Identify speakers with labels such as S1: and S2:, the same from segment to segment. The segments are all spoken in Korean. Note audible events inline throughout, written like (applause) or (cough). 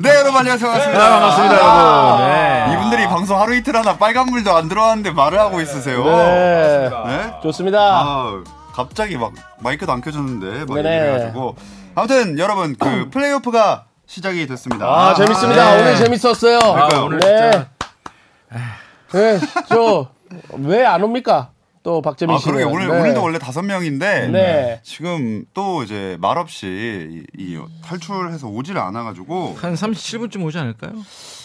S1: 네, 여러분 안녕하세요. 반갑습니다.
S2: 반갑습니다, 여러분. 네.
S1: 이분들이 방송 하루 이틀 하나 빨간 물도 안 들어왔는데 말을 하고 있으세요.
S2: 네.
S1: 네?
S2: 좋습니다.
S1: 아, 갑자기 막 마이크도 안 켜줬는데 막
S2: 네네.
S1: 얘기를 해가지고 아무튼 여러분
S2: (clears throat)
S1: 그 플레이오프가 시작이 됐습니다.
S2: 아, 재밌습니다.
S3: 네.
S2: 오늘 재밌었어요.
S1: 그러니까요.
S3: 오늘
S2: 네. 네, 저왜 안 옵니까? 또 박재민 네.
S1: 아,
S2: 씨.
S1: 그러게 오늘 오늘도 원래 다섯 명인데
S2: 네.
S1: 지금 또 이제 말 없이 이, 이 탈출해서 오질 않아가지고
S3: 한 37분쯤 오지 않을까요?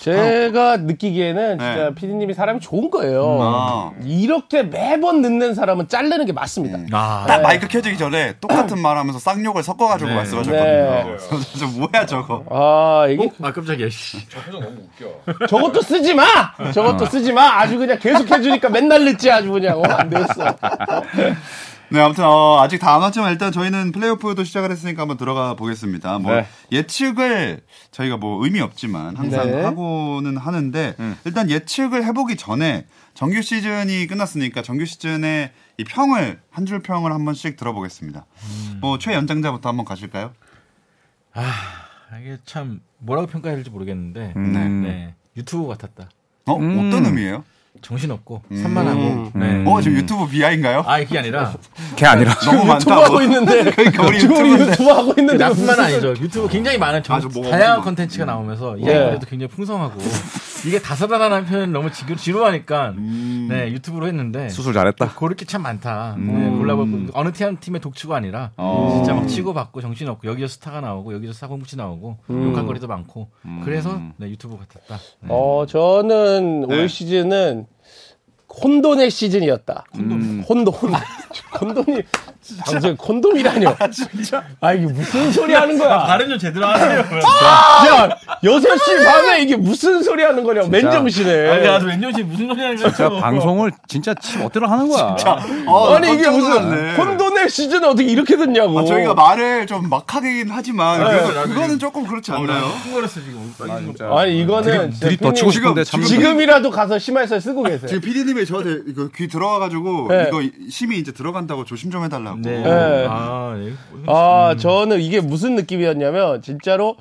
S2: 제가 느끼기에는 진짜
S1: 아. 네.
S2: 피디님이 사람이 좋은 거예요.
S1: 아.
S2: 이렇게 매번 늦는 사람은 자르는 게 맞습니다.
S1: 음.
S3: 아,
S1: 딱 마이크 켜지기 전에
S2: (clears throat)
S1: 똑같은 말하면서 쌍욕을 섞어가지고
S3: 네.
S2: 네.
S1: 말씀하셨거든요. 그래서 (laughs) 저 뭐야 저거?
S2: 아 이게
S3: 아 깜짝이야. 씨.
S2: 저것도 쓰지 마. 저것도
S1: 음.
S2: 쓰지 마. 아주 그냥 계속 해주니까 맨날 늦지 아주 그냥 어, 안 되었어.
S1: 네, 아무튼 어, 아직 다 안 왔지만 일단 저희는 플레이오프도 시작을 했으니까 한번 들어가 보겠습니다. 뭐
S2: 네.
S1: 예측을 저희가 뭐 의미 없지만 항상
S2: 네. 음.
S1: 하고는 하는데 일단 예측을 해보기 전에 정규 시즌이 끝났으니까 정규 시즌의 이 평을 한 줄 평을 한 번씩 들어보겠습니다.
S2: 음.
S1: 뭐 최연장자부터 한번 가실까요?
S3: 아, 이게 참 뭐라고 평가해야 될지 모르겠는데. 네. 유튜브 같았다.
S1: 어
S2: 음.
S1: 어떤 의미예요?
S3: 정신 없고 산만하고. 네.
S1: 어 지금 유튜브 비하인가요?
S3: 아 이게 아니라
S4: 걔 아니라.
S1: (laughs) 너무
S2: 유튜브
S1: 많다. (laughs)
S2: 하고 있는데
S1: 그러니까 우리
S2: (laughs) 지금 우리
S1: 유튜브인데.
S2: 유튜브 하고 있는데 무슨-
S3: 나뿐만 그 아니죠. 유튜브 굉장히 많은 정,
S1: 아, 저 뭐가
S3: 다양한
S1: 없구나.
S3: 컨텐츠가 나오면서
S2: 예.
S3: 이야기도 굉장히 풍성하고 이게 다사다난한 표현 너무 지루, 지루하니까 네 유튜브로 했는데 그
S4: 수술 잘했다.
S3: 고를 게 참 많다. 네, 골라볼 거. 어느 팀, 팀의 독주가 아니라 진짜 막 치고받고 정신없고 여기서 스타가 나오고 여기서 사고뭉치 나오고 욕한 거리도 많고 그래서 네, 유튜브 같았다. 네.
S2: 어 저는 올 시즌은 혼돈의 시즌이었다. 혼돈. (laughs) 혼돈이 당장 혼돈이라뇨. 진짜? 아 이게 무슨 소리 하는 거야?
S3: 발음 좀 아, 제대로 (laughs) 하세요.
S2: 야, 6시 밤에 이게 무슨 소리 하는 거냐. 맨정신에.
S3: 아니,
S2: 아니,
S3: 아주 왼정씨 무슨 소리 하는 거야.
S4: 제가 방송을 진짜 침 어때로 하는 거야.
S1: 어,
S2: 이게
S1: 깜짝
S2: 무슨
S1: 놀랐네.
S2: 혼돈의 시즌 어떻게 이렇게 됐냐고.
S1: 아, 저희가 말을 좀 막하긴 하지만 그래도 그거는 조금 그렇지 않나요?
S3: 네. 흥거렸어 지금.
S4: 진짜.
S2: 아니, 이거는 진짜
S4: 들이 더
S2: 피디님
S4: 치고 싶은데 참.
S2: 지금이라도 가서 심할서 쓰고 계세요.
S1: 네. 지금 PD님이 저한테 이거 귀 들어와가지고
S2: 네.
S1: 이거 심이 이제 들어간다고 조심 좀 해달라고.
S3: 네.
S2: 네.
S3: 아, 네.
S2: 아, 저는 이게 무슨 느낌이었냐면, 진짜로,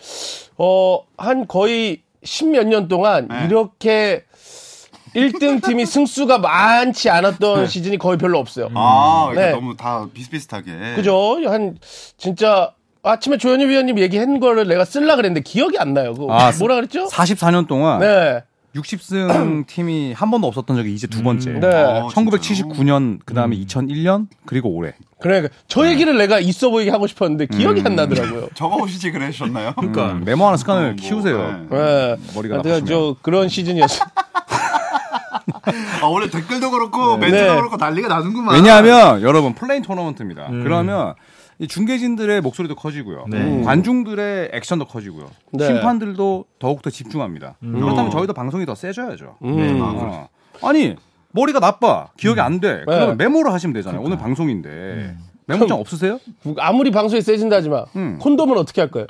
S2: 어, 한 거의 십몇 년 동안
S1: 네.
S2: 이렇게 1등 팀이
S4: (laughs)
S2: 승수가 많지 않았던
S4: 네.
S2: 시즌이 거의 별로 없어요.
S1: 아, 이게
S2: 네.
S1: 너무 다 비슷비슷하게.
S4: 네.
S1: 어,
S2: 그죠? 한, 진짜, 아침에 조현희 위원님 얘기한 거를 내가 쓸라 그랬는데 기억이 안 나요. 그거
S4: 아,
S2: 뭐라 그랬죠?
S4: 44년 동안
S2: 네. (clears throat)
S4: 60승 팀이 한 번도 없었던 적이 이제 두 번째. 아,
S2: 네.
S1: 어,
S4: 1979년, 그 다음에 2001년, 그리고 올해.
S2: 그러니까
S4: 네.
S2: 저 얘기를 내가 있어 보이게 하고 싶었는데 기억이 안
S4: (laughs)
S2: 나더라고요.
S1: 저거 오시지 그러셨나요?
S4: 음, 메모하는 습관을
S1: 어, 뭐,
S4: 키우세요.
S1: 네.
S2: 예.
S4: 머리가
S2: 하여튼
S4: 나쁘시네요.
S2: 저 그런
S4: (laughs)
S2: 시즌이었어요.
S1: 아, 원래 댓글도 그렇고 멘트도
S2: 네.
S1: 그렇고 난리가 나는구만.
S4: 왜냐하면 여러분 플레인 토너먼트입니다. 그러면 이 중계진들의 목소리도 커지고요.
S3: 네.
S4: 관중들의 액션도 커지고요.
S2: 음. 네.
S4: 심판들도 더욱더 집중합니다. 그렇다면 저희도 방송이 더 세져야죠.
S2: 음.
S1: 아, 그렇죠.
S4: 어. 아니 머리가 나빠 기억이 안 돼.
S2: 네.
S4: 그러면 메모를 하시면 되잖아요. 오늘 방송인데 메모장 없으세요?
S2: 아무리 방송이 세진다 하지만
S4: 음.
S2: 콘돔은 어떻게 할 거예요?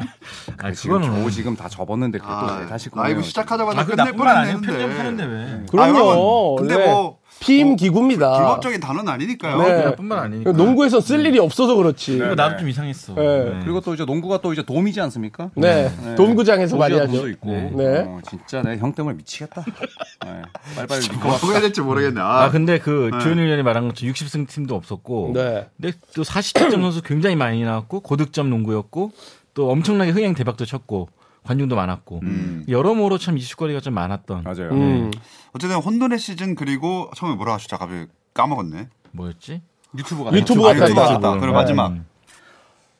S3: 아,
S4: 지금
S3: 그거는
S4: 저 지금 다 접었는데 그걸 또
S1: 아,
S4: 왜 다시 꺼내요?
S1: 라이브 시작하자마자
S3: 아, 그
S1: 끝낼
S3: 나뿐만 아니에요.
S1: 뻔했는데.
S3: 편집하는데 왜?
S2: 그럼요.
S1: 여러분, 아, 근데
S2: 원래
S1: 뭐
S2: 피임
S1: 뭐
S2: 기구입니다.
S1: 불법적인 단어는 아니니까요.
S2: 아. 네.
S3: 나뿐만 아니니까.
S1: 그러니까
S2: 농구에선 쓸 일이 없어서 그렇지.
S3: 그리고 나도 좀 이상했어.
S2: 네.
S4: 그리고 또 이제 농구가 또 이제 돔이지 않습니까?
S2: 네. (laughs) 돔구장에서 많이
S4: 도시가
S2: 하죠.
S4: 돔도 있고.
S2: 네.
S4: 어, 진짜 내 형 때문에 미치겠다. 네.
S2: (laughs)
S4: 빨리빨리
S1: (laughs) 뭐 어떻게 해야 될지 모르겠네. 아,
S3: 아, 근데 그 조현일 위원이 말한 것처럼 60승 팀도 없었고.
S2: 네.
S3: 근데 또 40점 선수 굉장히 많이 나왔고 고득점 농구였고 또 엄청나게 흥행 대박도 쳤고 관중도 많았고
S1: 음.
S3: 여러모로 참 이슈거리가 좀 많았던
S4: 맞아요. 네.
S2: 음.
S1: 어쨌든 혼돈의 시즌 그리고 처음에 뭐라 하셨죠? 갑자기 까먹었네.
S3: 뭐였지? 네.
S4: 유튜브가
S2: 유튜브
S1: 아,
S2: 같다,
S1: 유튜브
S2: 유튜브.
S1: 같다. 그리고 마지막.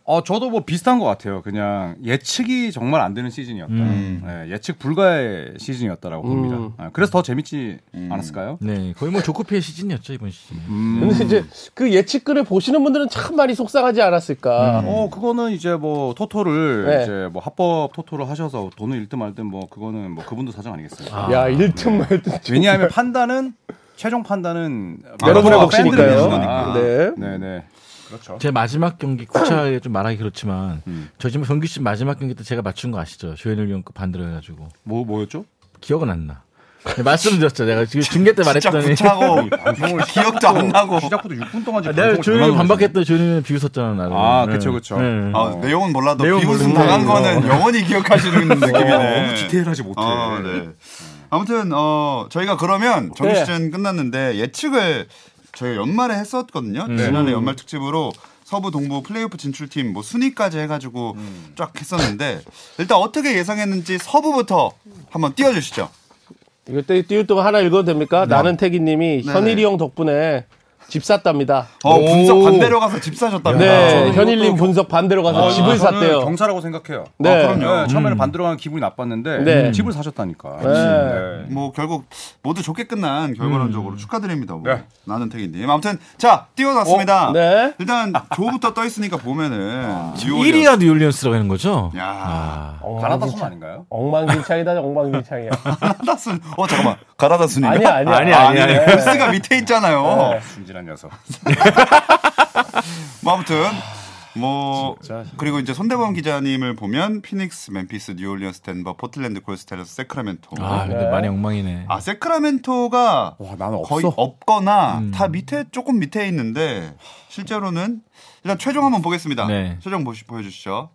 S4: 어, 저도 뭐 비슷한 것 같아요. 그냥 예측이 정말 안 되는 시즌이었다.
S1: 음.
S4: 예, 예측 불가의 시즌이었다라고
S2: 음.
S4: 봅니다. 아, 그래서 더 재밌지 않았을까요? 음.
S3: 네 거의 뭐 조코페의 시즌이었죠 이번 시즌.
S2: 음. 근데 이제 그 예측글을 보시는 분들은 참 많이 속상하지 않았을까.
S1: 음.
S4: 어, 그거는 이제 뭐 토토를
S2: 네.
S4: 이제 뭐 합법 토토를 하셔서 돈을 잃든 말든 뭐 그거는 뭐 그분도 사정 아니겠어요. 까
S2: 야, 일등 말든.
S4: 왜냐하면 판단은 최종 판단은
S1: 아,
S2: 여러분의
S1: 아,
S2: 몫이니까요.
S1: 팬들이
S4: 아,
S1: 누구니까.
S2: 네.
S4: 네, 네.
S1: 그렇죠.
S3: 제 마지막 경기 구차하게 좀 말하기 그렇지만
S1: 음.
S3: 저 지금 정규 시즌 마지막 경기 때 제가 맞춘 거 아시죠? 조현일 위원 그 반대로 해가지고
S4: 뭐 뭐였죠?
S3: 기억은 안 나. 네, 말씀드렸죠. 내가 지금 중계 때
S1: 진짜
S3: 말했더니
S1: 구차고 (laughs) 기억도 안
S2: 어.
S1: 나고
S4: 시작부터 6분 동안
S3: 아,
S4: 지금
S3: 내가
S4: 방송을
S3: 조용히
S4: 전화하고
S3: 반박했더니 조용히 네. 비웃었잖아 나를.
S4: 아, 그쵸,
S2: 네.
S4: 그쵸.
S1: 아, 내용은 몰라도
S3: 내용
S1: 비웃음
S3: 모르는데.
S1: 당한 거는 영원히 기억하시는
S4: (laughs) 있어요. 음, 너무
S1: 느낌이네.
S4: 디테일하지 못해.
S1: 아, 네. 아무튼 어 저희가 그러면 정규
S2: 네.
S1: 시즌 끝났는데 예측을 저희 연말에 했었거든요. 지난해 연말 특집으로 서부 동부 플레이오프 진출팀 뭐 순위까지 해가지고 쫙 했었는데 일단 어떻게 예상했는지 서부부터 한번 띄워주시죠.
S2: 이거 때 띄울 동안 하나 읽어도 됩니까?
S1: 네.
S2: 나는 태기님이 현일이 형 덕분에 집 샀답니다.
S1: 어 분석
S3: 오.
S1: 반대로 가서 집 사줬답니다.
S2: 네,
S4: 저는
S2: 현일님
S4: 이것도
S1: 뭐
S2: 분석 반대로 가서
S4: 아,
S2: 집을
S4: 저는
S2: 샀대요.
S4: 경사라고 생각해요.
S2: 네.
S4: 아, 그럼요. 네, 처음에는 반대로 가는 기분이 나빴는데
S2: 네.
S4: 집을 사셨다니까.
S2: 네.
S4: 네.
S1: 뭐 결국 모두 좋게 끝난 결과론적으로
S2: 음.
S1: 축하드립니다. 뭐.
S4: 네.
S1: 나는 태기님. 아무튼 자 띄워놨습니다.
S2: 어, 네. 아,
S1: 일단 조부터 떠 있으니까 보면은 (laughs)
S3: 1위가 뉴올리언스라고 하는 거죠?
S1: 야.
S3: 아.
S4: 가나다손 아닌가요?
S2: 어,
S4: 그렇죠.
S2: 엉망진창이다, 엉망진창이야.
S1: 가라다순. 어 잠깐만 가라다순인가?
S2: 아니야, 아니야. 네.
S3: 아니야, 아니야, 아니야.
S1: 스가 밑에 있잖아요.
S4: 순진한 녀석.
S1: 뭐 아무튼 뭐 그리고 이제 손대범 기자님을 보면 피닉스, 멤피스, 뉴올리언스, 덴버, 포틀랜드, 골스테르스, 세크라멘토.
S2: 네.
S3: 아,
S1: 아,
S3: 근데 많이 엉망이네.
S1: 세크라멘토가
S4: 와, 나는 없어.
S1: 거의 없거나 다 밑에 조금 밑에 있는데 실제로는 일단 최종 한번 보겠습니다.
S3: 네.
S1: 최종 보시, 보여주시죠.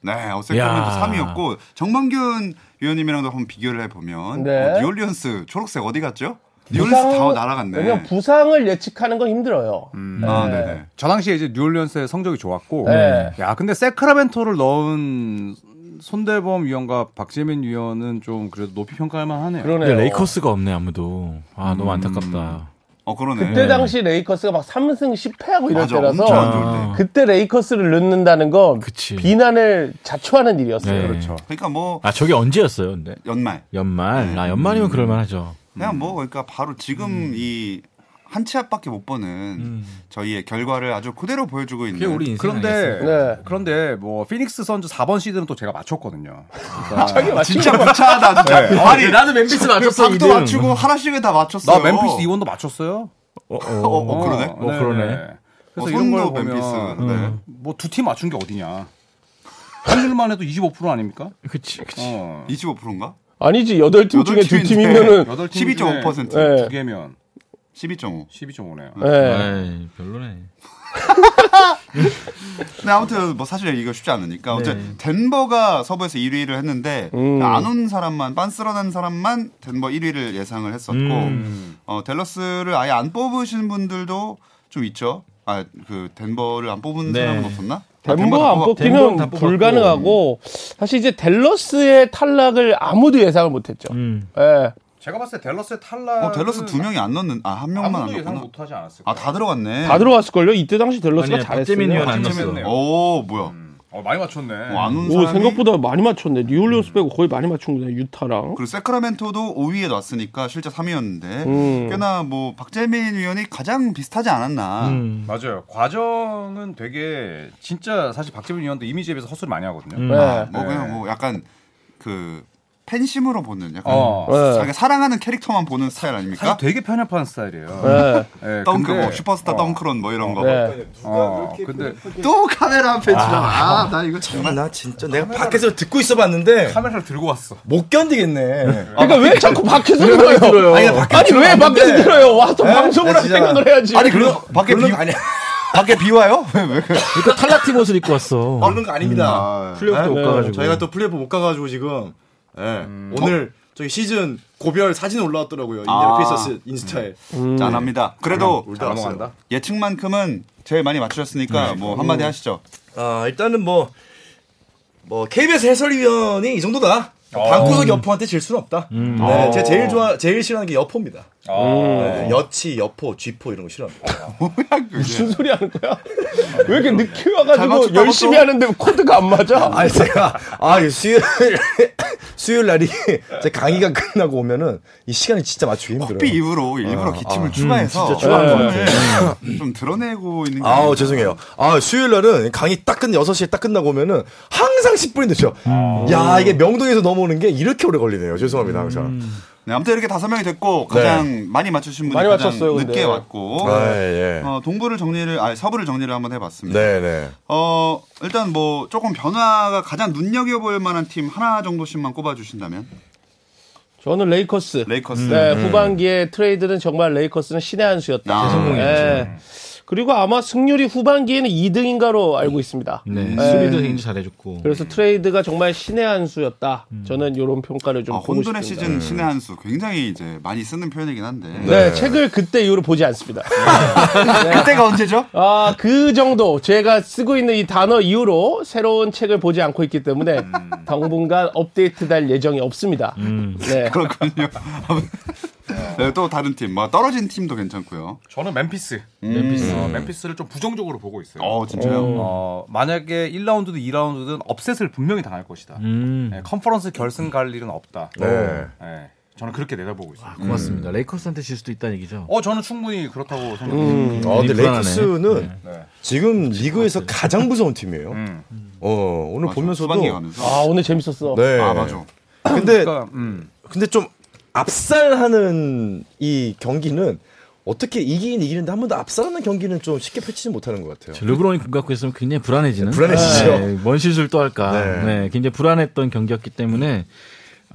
S1: 네,
S3: 야.
S1: 어세크라멘토 3위였고 정만균 위원님이랑도 한번 비교를 해보면
S2: 네.
S1: 어, 뉴올리언스 초록색 어디 갔죠? (laughs) 뉴올리언스 다 날아갔네.
S2: 왜냐면 부상을 예측하는 건 힘들어요.
S1: 아, 네네.
S4: 저 당시에 이제 뉴올리언스의 성적이 좋았고,
S2: 네.
S4: 야 근데 세크라멘토를 넣은 손대범 위원과 박재민 위원은 좀 그래도 높이 평가할 만하네요.
S3: 근데
S2: 그러네요.
S3: 레이커스가 없네 아무도. 아 너무 안타깝다.
S1: 어 그러네. 네.
S2: 그때 당시 레이커스가 막 3승 10패하고 이럴
S1: 맞아,
S2: 때라서
S1: 엄청 안 좋을 때.
S2: 그때 레이커스를 넣는다는 건
S3: 그치.
S2: 비난을 자초하는 일이었어요.
S3: 네.
S4: 그렇죠.
S1: 그러니까 뭐
S3: 아 저게 언제였어요? 근데
S1: 연말.
S3: 연말. 아 연말이면 그럴만하죠.
S1: 그냥 뭐 그러니까 바로 지금 이 한 치 앞밖에 못 보는 저희의 결과를 아주 그대로 보여주고 있는.
S4: 그런데
S2: 네.
S4: 그런데 뭐 피닉스 선수 4번 시드는 또 제가 맞췄거든요.
S1: 아, 진짜 구차하다 진짜. 아니
S3: 네, 나는 멤피스 맞췄어.
S1: 박도 맞추고 하나씩을 다 맞췄어요.
S4: 나 멤피스 이원도 맞췄어요.
S3: 어,
S1: 어, 어, 그러네.
S4: 어,
S3: 어, 그러네.
S1: 어,
S4: 그래서 이런 걸
S1: 손도
S4: 보면
S1: 멤피스. 네.
S4: 뭐 두 팀 맞춘 게 어디냐. 확률만 해도 25% 아닙니까?
S3: 그치 그치.
S4: 어.
S1: 25%인가?
S2: 아니지, 8팀 예. 중에 두 팀이면은.
S4: 여덟 팀
S1: 12.5%.
S4: 중에
S2: 네.
S4: 두 개면
S1: 12.5.
S4: 12.5네요.
S2: 네.
S3: 에이, 별로네.
S1: 근데 아무튼 뭐 사실 이거 쉽지 않으니까 어쨌든 덴버가 서부에서 1위를 했는데 안 온 사람만 빤스러난 사람만 덴버 1위를 예상을 했었고 어, 댈러스를 아예 안 뽑으신 분들도 좀 있죠. 아 그 덴버를 안 뽑은
S3: 네.
S1: 사람은 없었나? 아, 덴버 다
S2: 덴버 뭐 안
S1: 뽑아-
S3: 덴버는 다
S2: 뽑히면
S3: 뽑았고.
S2: 불가능하고 사실 이제 댈러스의 탈락을 아무도 예상을 못했죠.
S3: 음.
S2: 예.
S4: 제가 봤을 때 델러스의 탈락.
S1: 어, 델러스 두 명이 안 넣는 아 한 명만 안
S4: 아무도 예상
S1: 넣었구나.
S4: 못하지 않았을까.
S1: 아 다 들어갔네.
S2: 다 들어왔을걸요? 이때 당시 델러스가
S3: 아니야, 박재민 위원
S2: 잘했어요.
S3: 안
S4: 박재민
S3: 넣었어.
S4: 위원.
S1: 오 뭐야?
S4: 어, 음. 많이 맞췄네.
S1: 어, 안온
S2: 오,
S1: 사람이
S2: 생각보다 많이 맞췄네. 뉴올리언스 빼고 거의 많이 맞춘구나, 유타랑.
S1: 그리고 세크라멘토도 5위에 놨으니까 실제 3위였는데
S2: 음.
S1: 꽤나 뭐 박재민 위원이 가장 비슷하지 않았나.
S3: 음.
S4: 맞아요. 과정은 되게 진짜 사실 박재민 위원도 이미지에 비해서 헛소리 많이 하거든요. 아.
S3: 음.
S2: 예.
S1: 뭐 그냥
S5: 네.
S1: 뭐 약간 그 팬심으로 보는 약간
S4: 어.
S2: 네.
S1: 자기 사랑하는 캐릭터만 보는 스타일 아닙니까?
S4: 사실 되게 편협한 스타일이에요.
S2: 예.
S4: 예,
S1: 덩크
S4: 근데-
S1: 뭐 슈퍼스타
S4: 어,
S1: 덩크론 뭐 이런 거.
S2: 네.
S4: 어, 근데
S1: 그 또 카메라 앞에 지나가. 아나 이거 정말
S5: 나 진짜 내가 밖에서 듣고 있어봤는데
S4: 카메라를 들고 왔어.
S5: 못 견디겠네.
S2: 그러니까 왜 자꾸 밖에서 들어요? 아니, 왜 밖에서 들어요? 네. 와서 방송을
S5: 나
S2: 할
S5: 진짜-
S2: 생각을 해야지.
S5: 아니 그런 밖에 비 아니야.
S1: (laughs) 밖에 비와요? 왜 왜? 그래?
S3: 그러니까 탈락팀 옷을 입고 왔어. 네,
S5: 그런 거 (laughs) 아닙니다.
S1: 아,
S3: 플레이오프도 못
S2: 네.
S3: 가가지고.
S5: 저희가 또 플레이오프 못 가가지고 지금 예, 오늘 저희 시즌 고별 사진 올라왔더라고요.
S1: 아.
S5: 인디애나 페이서스 인스타에.
S1: 짠합니다. 그래도
S5: 울다 왔어요.
S1: 예측만큼은 제일 많이 맞추셨으니까 뭐 한마디 하시죠.
S5: 아 일단은 뭐. 뭐 KBS 해설위원이 이 정도다. 방구석 여포한테 질 수는 없다. 네, 제가 제일 아. 좋아, 제일 싫어하는 게 여포입니다. 네, 여치, 여포, 쥐포 이런 거 싫어합니다.
S1: 뭐야 그게?
S2: 무슨 소리 하는 거야? 왜 이렇게 늦게
S1: 잘
S2: 와가지고
S1: 맞췄다고
S2: 열심히
S1: 또?
S2: 하는데 코드가 안 맞아?
S5: 아, 제가 아 이게 수요일 (laughs) 수요일 날이 (laughs) 제 강의가 끝나고 오면은 이 시간을 진짜 맞추기
S1: 삐
S5: 힘들어요.
S1: 입으로 일부러 기침을 추가해서 네. 좀 드러내고 있는 게
S5: 아우
S1: 아니라.
S5: 죄송해요. 아 수요일 날은 강의 딱 끝, 6시에 딱 끝나고 오면은 항상 10분이 늦죠. 야, 이게 명동에서 넘어오는 게 이렇게 오래 걸리네요. 죄송합니다, 항상.
S1: 네, 아무튼 이렇게 다섯 명이 됐고 가장 많이 맞추신 분이
S2: 많이
S1: 가장
S2: 맞췄어요, 근데.
S1: 늦게 왔고
S5: 네. 아, 예.
S1: 어, 동부를 정리를 아니 서부를 정리를 한번 해봤습니다.
S5: 네, 네.
S1: 어 일단 뭐 조금 변화가 가장 눈여겨볼 만한 팀 하나 정도씩만 꼽아주신다면
S2: 저는 레이커스.
S1: 레이커스.
S2: 네, 후반기에 트레이드는 정말 레이커스는 신의 한 수였다.
S1: 아.
S3: 대성공이었죠.
S2: 예. 그리고 아마 승률이 후반기에는 2등인가로 알고 있습니다.
S3: 네. 음. 수비도 굉장히 잘해줬고.
S2: 그래서 트레이드가 정말 신의 한 수였다. 저는 이런 평가를 좀
S1: 아,
S2: 보고
S1: 혼돈의
S2: 싶습니다.
S5: 네.
S1: 시즌 신의 한 수 굉장히 이제 많이 쓰는 표현이긴 한데.
S2: 네, 음. 책을 그때 이후로 보지 않습니다. 네.
S1: (laughs) 그때가 언제죠?
S2: 아, 그 정도 제가 쓰고 있는 이 단어 이후로 새로운 책을 보지 않고 있기 때문에 당분간 업데이트 될 예정이 없습니다. 네.
S1: 그렇군요. 네, 또 다른 팀, 뭐 떨어진 팀도 괜찮고요.
S4: 저는 멤피스. 어, 멤피스를 좀 부정적으로 보고
S1: 음.
S4: 있어요.
S1: 어 진짜요?
S4: 어, 만약에 1라운드든 2라운드든 업셋을 분명히 당할 것이다.
S1: 음.
S4: 네, 컨퍼런스 결승 갈 일은 없다.
S5: 네.
S4: 네, 저는 그렇게 내다보고 있어요.
S3: 고맙습니다. 레이커스한테 질 수도 있다는 얘기죠. 음,
S4: 어, 저는 충분히 그렇다고 생각합니다.
S1: 음.
S5: 아, 근데
S3: 불안하네.
S5: 레이커스는
S4: 네.
S5: 지금 리그에서 가장 무서운 팀이에요.
S4: 음.
S5: 어, 오늘 보면서도
S1: 후반기 가면서.
S2: 아, 오늘 재밌었어.
S5: 네.
S1: 아 맞아.
S5: 근데
S4: 그러니까, 음.
S5: 근데 좀 압살하는 이 경기는 어떻게 이기긴 이기는데 한 번도 압살하는 경기는 좀 쉽게 펼치지 못하는 것 같아요.
S3: 르브론이 공 갖고 있으면 굉장히 불안해지는.
S5: 불안해지죠.
S3: 네, 뭔 실수를 또 할까.
S5: 네.
S3: 네. 굉장히 불안했던 경기였기 때문에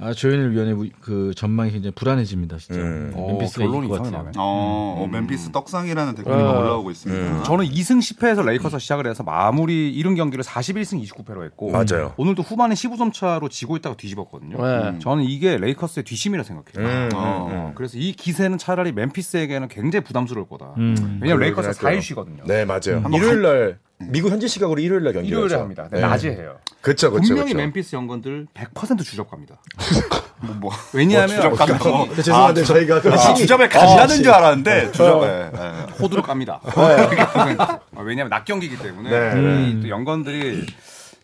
S3: 아, 조현일 위원의 우- 그 전망이 굉장히 불안해집니다. 진짜.
S5: 음.
S4: 어,
S3: 멤피스가
S4: 결론이
S3: 이길 것
S4: 이상하네.
S3: 같아요.
S1: 어, 어, 멤피스 떡상이라는
S2: 네.
S1: 댓글이 올라오고 있습니다.
S5: 음.
S4: 저는 2승 10패에서 레이커스 시작을 해서 마무리 이른 경기를 41승 29패로 했고
S5: 맞아요.
S4: 오늘도 후반에 15점 차로 지고 있다가 뒤집었거든요. 음.
S2: 네.
S4: 저는 이게 레이커스의 뒷심이라 생각해요.
S5: 네. 음.
S1: 어.
S4: 어, 그래서 이 기세는 차라리 멤피스에게는 굉장히 부담스러울 거다. 왜냐면
S5: 그러긴
S4: 레이커스가
S5: 할게요.
S4: 4일 쉬거든요.
S5: 네, 맞아요.
S1: 한번
S5: 일요일 날 미국 현지 시각으로 일요일 날
S4: 음.
S5: 경기를
S4: 일요일에
S5: 하죠.
S4: 합니다.
S5: 네.
S4: 낮에 해요.
S5: 그렇죠, 그렇죠.
S4: 분명히
S5: 그렇죠.
S4: 멤피스 연건들 100% 주접 갑니다. (laughs)
S1: 뭐, 뭐.
S4: 왜냐하면
S5: 어,
S4: 어,
S1: 주접
S4: 갑자기
S1: 간다고?
S5: 근데 네, 죄송한데 저희가 그
S1: 아,
S5: 시기-
S1: 주점에 간다는 줄 알았는데 주점에. 네.
S4: 호두로 (laughs) 갑니다. 어, 왜냐하면 낮 경기이기 때문에
S5: 네,
S4: 이또 연건들이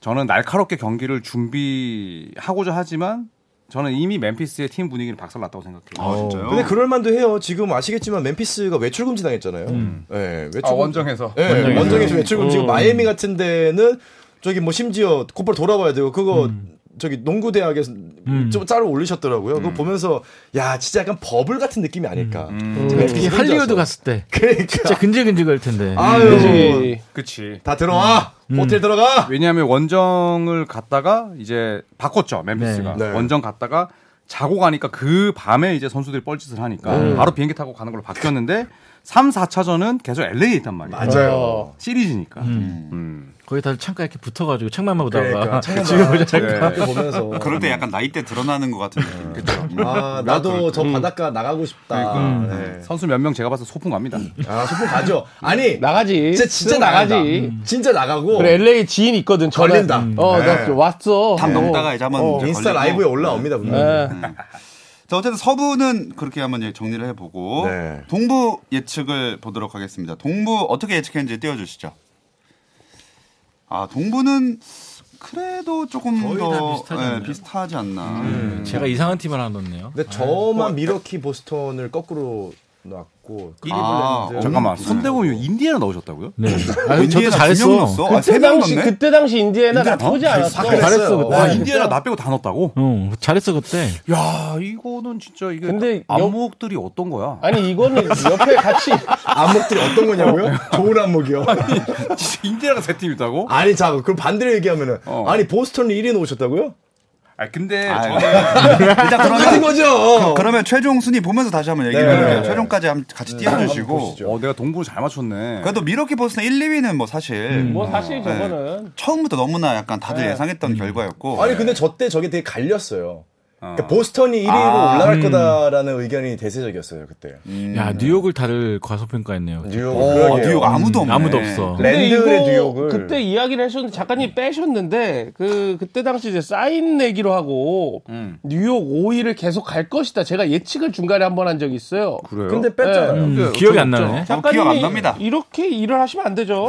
S4: 저는 날카롭게 경기를 준비하고자 하지만 저는 이미 멤피스의 팀 분위기는 박살났다고 생각해요.
S1: 아 진짜요?
S5: 근데 그럴 만도 해요. 지금 아시겠지만 멤피스가 외출금 지당했잖아요. 네, 외출금
S4: 음. 원정에서 음.
S5: 예, 원정에서 외출금 지금 마이애미 같은 데는 저기 뭐 심지어 곧바로 돌아와야 되고 그거
S4: 음.
S5: 저기 농구 대학에서 좀 짤을 올리셨더라고요. 그거 보면서 야 진짜 약간 버블 같은 느낌이 아닐까.
S4: 음.
S5: 음. 네,
S3: 특히 할리우드 갔을 때 진짜
S5: 그러니까
S3: 근질근질할 텐데.
S5: 아유
S4: 음.
S2: 네.
S4: 그치.
S5: 다 들어와
S4: 음.
S5: 호텔 들어가.
S4: 왜냐하면 원정을 갔다가 이제 바꿨죠 멤피스가
S5: 네. 네.
S4: 원정 갔다가 자고 가니까 그 밤에 이제 선수들이 뻘짓을 하니까
S5: 네.
S4: 바로 비행기 타고 가는 걸로 바뀌었는데 3, 4차전은 계속 LA에 있단 말이에요.
S5: 맞아요.
S2: 어.
S4: 시리즈니까. 음.
S3: 거의 다들 창가 이렇게 네, 붙어가지고 책만 보다가 (laughs)
S5: 그러니까
S3: 지금
S5: 지금 보면서
S1: 그럴 때 약간 나이대 드러나는 것 같은 느낌. 그렇죠.
S5: 아 나도 저 바닷가 나가고 싶다. 네.
S4: 선수 몇 명 제가 봐서 소풍 갑니다.
S5: 아 소풍 가죠. 아니
S2: 음. 나가지.
S5: 진짜 진짜
S2: 그럼
S5: 나가지.
S2: 나간다.
S5: 진짜 나가고
S2: 음. 그래, LA 지인 있거든. 전화-
S5: 걸린다.
S2: 어,
S5: 네.
S2: 나 왔어.
S1: 담
S2: 어.
S1: 넘다가 이제 한번
S2: 어.
S1: 이제
S5: 인스타
S1: 걸리고.
S5: 라이브에 올라옵니다 분명히.
S2: 네.
S1: 자 어쨌든 서부는 그렇게 한번 예- 정리를 해보고
S5: 네.
S1: 동부 예측을 보도록 하겠습니다. 동부 어떻게 예측했는지 띄워주시죠. 아 동부는 그래도 조금
S3: 거의
S1: 더
S3: 다 비슷하지
S1: 예,
S3: 않나요?
S1: 비슷하지 않나. 음.
S3: 음, 제가 이상한 팀을 하나 넣었네요.
S5: 근데 저만 미러키 보스턴을 거꾸로 놨고
S1: 아,
S5: 클리블랜드
S4: 잠깐만
S1: 음.
S4: 손대범 의원 인디애나 넣으셨다고요?
S3: 네. 아, 저도
S1: 인디애나 두명
S3: 잘했어.
S1: 넣었어? 아,
S2: 그때
S1: 세명
S2: 당시
S1: 넣네?
S2: 그때 당시 인디애나 나쁘지 않았어.
S5: 아, 그랬어요.
S2: 잘했어. 그때.
S5: 와,
S4: 아 인디애나 나 빼고 다 넣었다고?
S3: 응, 잘했어 그때.
S4: 야 이거는 진짜 이게
S2: 근데
S4: 안목들이 어떤 거야?
S2: 아니 이거는 옆에 같이
S5: 안목들이 어떤 거냐고요? 좋은 안목이요.
S4: (laughs) 진짜 인디애나가 제 팀이다고?
S5: 아니 자 그럼 반대로 얘기하면은
S4: 어.
S5: 아니 보스턴을 1위 놓으셨다고요?
S4: 아 근데
S1: 아유.
S4: 저는
S1: 일단
S5: 똑같은
S1: 그러면
S5: 거죠.
S1: 그러면 최종 순위 보면서 다시 한번 얘기를
S5: 네.
S1: 해볼게요. 최종까지 한번 같이 띄워주시고
S5: 보시죠.
S4: 어 내가 동부를 잘 맞췄네.
S1: 그래도 미러키 보스턴 1, 2위는 뭐 사실
S2: 뭐 사실 저거는
S1: 처음부터 너무나 약간 다들 예상했던 결과였고
S5: 네. 아니 근데 저 때 저게 되게 갈렸어요.
S4: 어.
S5: 그러니까 보스턴이 1위로 올라갈 거다라는 의견이 대세적이었어요 그때. 어,
S3: 야 뉴욕을 다들 과소평가했네요.
S5: 뉴욕
S1: 오,
S5: 그러게요. 음.
S1: 뉴욕 어, 아무도 없네.
S3: 아무도 없어.
S5: 네.
S2: 근데
S5: 랜들의
S2: 이거
S5: 뉴욕을.
S2: 그때 이야기를 하셨는데 작가님 빼셨는데 그 그때 당시 이제 사인 내기로 하고 뉴욕 5위를 계속 갈 것이다. 제가 예측을 중간에 한 번 한 적이 있어요.
S4: 그래요?
S5: 근데 뺐잖아요.
S3: 음, 기억이 안 나네.
S1: 기억 안 납니다.
S2: 이렇게 일을 하시면 안 되죠.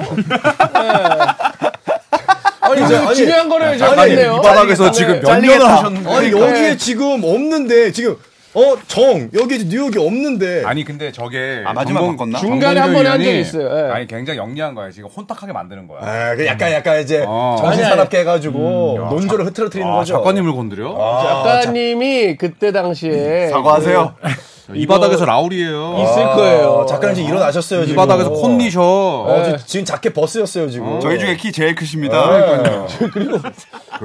S5: 아니,
S2: 이거 중요한 거를 잘
S5: 아니,
S2: 봤네요.
S5: 이
S4: 바닥에서 지금 몇 년을 하셨는데.
S5: 아니 여기에 지금 없는데 지금 어 정 여기 뉴욕이 없는데
S4: 아니 근데 저게
S1: 아, 마지막
S4: 정봉-
S1: 바꿨나?
S2: 중간에 한번
S4: 정봉주
S2: 한적
S4: 의원이
S2: 있어요. 예.
S4: 아니 굉장히 영리한 거야. 지금 혼탁하게 만드는 거야.
S5: 아, 그 약간 약간 이제
S4: 어.
S5: 정신
S2: 아니,
S5: 사납게 해가지고 논조를 흐트러뜨리는
S4: 아,
S5: 거죠.
S4: 작가님을 건드려?
S2: 작가님이 그때 당시에
S1: 사과하세요.
S4: 이 바닥에서 라울이에요.
S2: 그 있을 거예요.
S5: 아, 작가님 지금 일어나셨어요.
S4: 이
S5: 지금.
S4: 바닥에서 콘디셔.
S5: 어, 지- 지금 작게 버스였어요 지금. 어.
S1: 저희 중에 키 제일 크십니다.
S5: 네.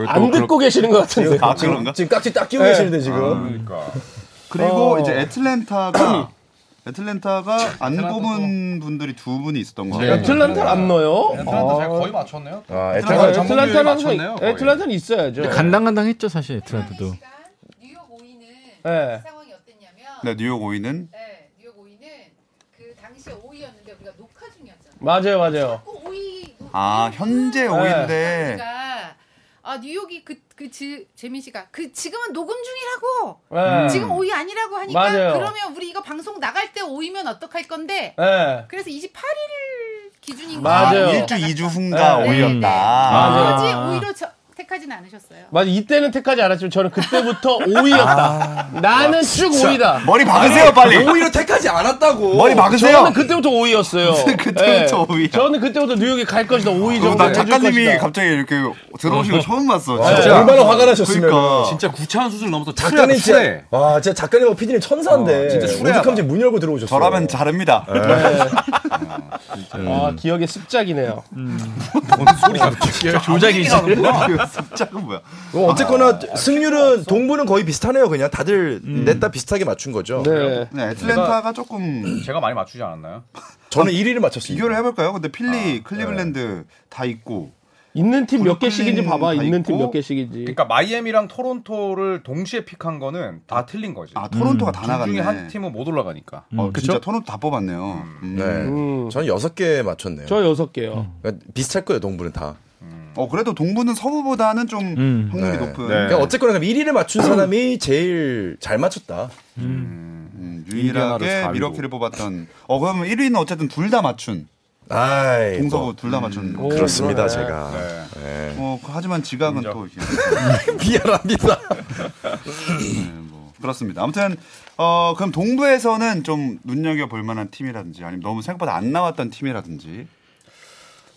S2: 안 듣고 계시는 것 같은데.
S1: 아, 그런가?
S5: 지금 깍지 딱 끼고 계시는데 지금.
S4: 그러니까.
S1: 그리고
S2: 어.
S1: 이제 애틀랜타가 애틀랜타가 안 뽑은 분들이 두 분이 있었던 것 같아요.
S2: 애틀란타를 안 넣어요?
S6: 애틀란타 제가 거의 맞췄네요.
S5: 아,
S2: 아,
S5: 애틀란타
S4: 정보율이 네. 맞췄네요,
S2: 애틀란타는
S4: 거의.
S2: 애틀란타는 있어야죠.
S3: 간당간당했죠 사실 애틀란타도. 음.
S7: 시간 뉴욕 5위는
S2: 네.
S7: 상황이 어땠냐면
S1: 네, 뉴욕 5위는
S7: 네, 뉴욕 5위는 그 당시 5위였는데 우리가 녹화 그 중이었잖아.
S2: 맞아요, 맞아요.
S7: 5위
S1: 아
S7: 네.
S1: 현재 5위인데
S7: 그러니까 아 뉴욕이 그그 재민 씨가 그 지금은 녹음 중이라고
S2: 예.
S7: 지금 5위 아니라고 하니까
S2: 맞아요.
S7: 그러면 우리 이거 방송 나갈 때 5위면 어떡할 건데
S2: 예.
S7: 그래서 28일 기준인가
S2: 맞아요.
S1: 아, 일주 2주 후인가
S2: 네,
S1: 5위였다.
S7: 네.
S2: 맞아요.
S7: 그지
S2: 아.
S7: 5위로 선택하진 않으셨어요.
S2: 맞아 이때는 택하지 않았지만
S1: (laughs)
S2: 저는 그때부터
S1: 아.
S2: 5위였다. 나는 쭉 5위다. 어,
S1: 머리 박으세요 빨리.
S5: 오히려 택하지 않았다고.
S1: 머리
S2: 저는
S1: 박으세요.
S2: 그때부터 5위였어요.
S1: (laughs)
S2: 예.
S1: 그때부터 5위 야.
S2: 저는 그때부터 뉴욕에 갈 것이다. 5위
S1: 어,
S2: 정도
S1: 나
S2: 해줄
S1: 작가님이
S2: 것이다.
S1: 갑자기 이렇게 들어오신 거 처음 봤어. 진짜.
S5: 진짜 얼마나 화가 나셨으면.
S1: 그러니까.
S4: 진짜 구차한 수준을 넘어서
S5: 작가님
S4: 작가님
S5: 진짜
S4: 해
S5: 와 진짜 작가님하고 피디님 천사인데
S1: 아,
S4: 어, 진짜 수레하다.
S5: 오죽하면 문 열고 들어오셨어요.
S1: 저라면 잘합니다. 네. 음.
S2: 아 기억의 습작이네요.
S3: 조작이지.
S1: 짝은 뭐야?
S5: 어,
S1: 아,
S5: 어쨌거나 승률은 동부는 거의 비슷하네요. 그냥 다들 냈다 비슷하게 맞춘 거죠.
S2: 네.
S1: 음. 네, 애틀랜타가 조금
S4: 제가 많이 맞추지 않았나요?
S1: 예.
S5: 저는 1위를 맞췄습니다.
S1: 비교를 해볼까요? 근데 필리, 클리블랜드 다 있고
S2: 있는 팀 몇 개씩인지 봐봐.
S1: 다
S2: 있는
S1: 있고.
S2: 팀 몇 개씩인지.
S4: 그러니까 마이애미랑 토론토를 동시에 픽한 거는 다 틀린 거지.
S1: 아 토론토가 다
S4: 둘
S1: 나갔네.
S4: 음, 그 중에 한 팀은 못 올라가니까.
S1: 어, 진짜 토론토 다 뽑았네요. 음.
S5: 네. 저는 여섯 개 맞췄네요.
S2: 저 여섯 개요.
S5: 그러니까 비슷할 거예요, 동부는 다.
S1: 어 그래도 동부는 서부보다는 좀 확률이 높은
S5: 그러니까 어쨌거나 1위를 맞춘 사람이 제일 잘 맞췄다.
S1: 음,
S4: 인디애나를
S1: 유일하게
S4: 사위로.
S1: 미러키를 뽑았던. 어 그러면 1위는 어쨌든 둘 다 맞춘.
S5: 아이,
S1: 동서부
S5: 뭐,
S1: 둘 다 맞춘.
S2: 오,
S5: 그렇습니다,
S2: 그러네.
S5: 제가. 네.
S1: 어 그- 하지만 지각은 또 이렇게.
S5: 미안합니다.
S1: 뭐, 그렇습니다. 아무튼 어 그럼 동부에서는 좀 눈여겨 볼 만한 팀이라든지 아니면 너무 생각보다 안 나왔던 팀이라든지.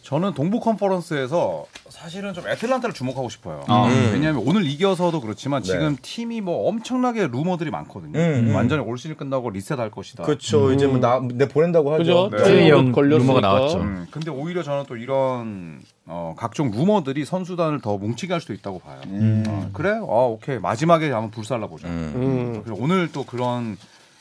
S4: 저는 동부 컨퍼런스에서 사실은 좀 애틀란타를 주목하고 싶어요.
S5: 아,
S4: 음.
S5: 네.
S4: 왜냐하면 오늘 이겨서도 그렇지만
S1: 네.
S4: 지금 팀이 뭐 엄청나게 루머들이 많거든요.
S5: 음, 음.
S4: 완전히 올 시즌 끝나고 리셋할 것이다.
S6: 음.
S5: 그렇죠. 이제 뭐나내 보낸다고 하죠.
S2: 그죠?
S4: 네.
S2: 트레이
S3: 트레이영
S2: 영 걸렸으니까.
S3: 루머가 나왔죠.
S4: 음, 근데 오히려 저는 또 이런 어, 각종 루머들이 선수단을 더 뭉치게 할 수도 있다고 봐요.
S1: 음.
S4: 어, 그래? 아 오케이 마지막에 한번 불살라 보자.
S2: 음.
S4: 그래서 오늘 또 그런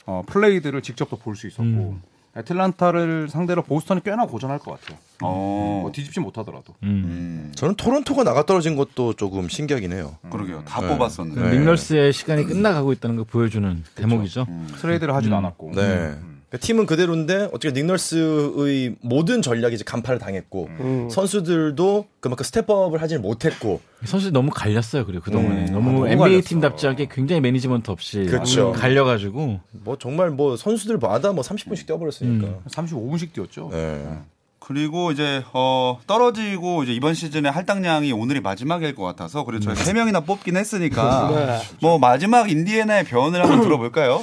S4: 어, 플레이들을 직접 또 볼 수 있었고
S2: 음.
S4: 애틀란타를 상대로 보스턴이 꽤나 고전할 것 같아요.
S1: 어
S4: 뭐 뒤집지 못하더라도.
S1: 음.
S2: 음.
S5: 음.
S6: 음. 저는 토론토가 나가 떨어진 것도 조금 신기하긴 해요.
S1: 그러게요. 다
S5: 네.
S3: 네.
S1: 뽑았었는데.
S3: 닉널스의 시간이 끝나가고 있다는 걸 보여주는 대목이죠.
S5: 음.
S4: 음. 트레이드를
S2: 음.
S4: 하지도 않았고.
S6: 네.
S5: 그러니까 팀은 그대로인데 어떻게 닉널스의 모든 전략이 이제 간파를 당했고
S6: 음.
S5: 선수들도 그만큼 스텝업을 하지는 못했고
S3: 선수들이 너무 갈렸어요. 그리고
S5: 음.
S3: 그동안에 너무,
S4: 너무
S3: NBA
S4: 갈렸어.
S3: 팀답지 않게 굉장히 매니지먼트 없이
S5: 아, 그쵸.
S3: 갈려가지고
S5: 뭐 정말 뭐 선수들마다 뭐 30분씩 뛰어버렸으니까.
S6: 음.
S4: 35분씩 뛰었죠.
S5: 네.
S1: 그리고 이제 어 떨어지고 이제 이번 시즌의 할당량이 오늘이 마지막일 것 같아서 그래서 저희 세 명이나 뽑긴 했으니까
S2: 네.
S1: 뭐 마지막 인디애나의 변을 한번 들어볼까요?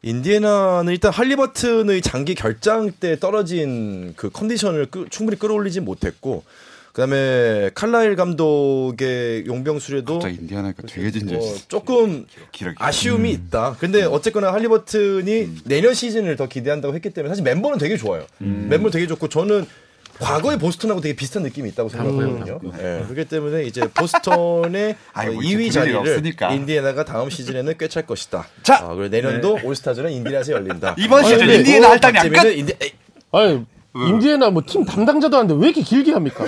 S5: 인디애나는 일단 할리버튼의 장기 결장 때 떨어진 그 컨디션을 끄- 충분히 끌어올리지 못했고 그다음에 칼라일 감독의 용병술에도
S1: 갑자기 인디애나니까 되게
S2: 그렇죠.
S5: 어,
S1: 진지했어.
S5: 조금
S1: 기록이. 음.
S5: 아쉬움이 있다. 근데 어쨌거나 할리버튼이 내년 시즌을 더 기대한다고 했기 때문에 사실 멤버는 되게 좋아요.
S1: 음.
S5: 멤버 되게 좋고 저는 과거의 보스턴하고 되게 비슷한 느낌이 있다고 생각하거든요. 예, 그렇기 때문에 이제 보스턴의
S1: 음. (laughs) 아니, 뭐 이제
S5: 2위
S1: 그럴 리가
S5: 자리를
S1: 없으니까.
S5: 인디애나가 다음 시즌에는 꿰찰 것이다.
S1: 자! 네.
S5: 어, 그리고 내년도 올스타전은 인디애나에서 열린다.
S1: (laughs) 이번 시즌
S5: 근데
S1: 인디애나 할당이 안
S5: 박재민은 인디- 에이,
S2: 아니 인디애나 뭐 팀 담당자도 하는데 왜 이렇게 길게 합니까?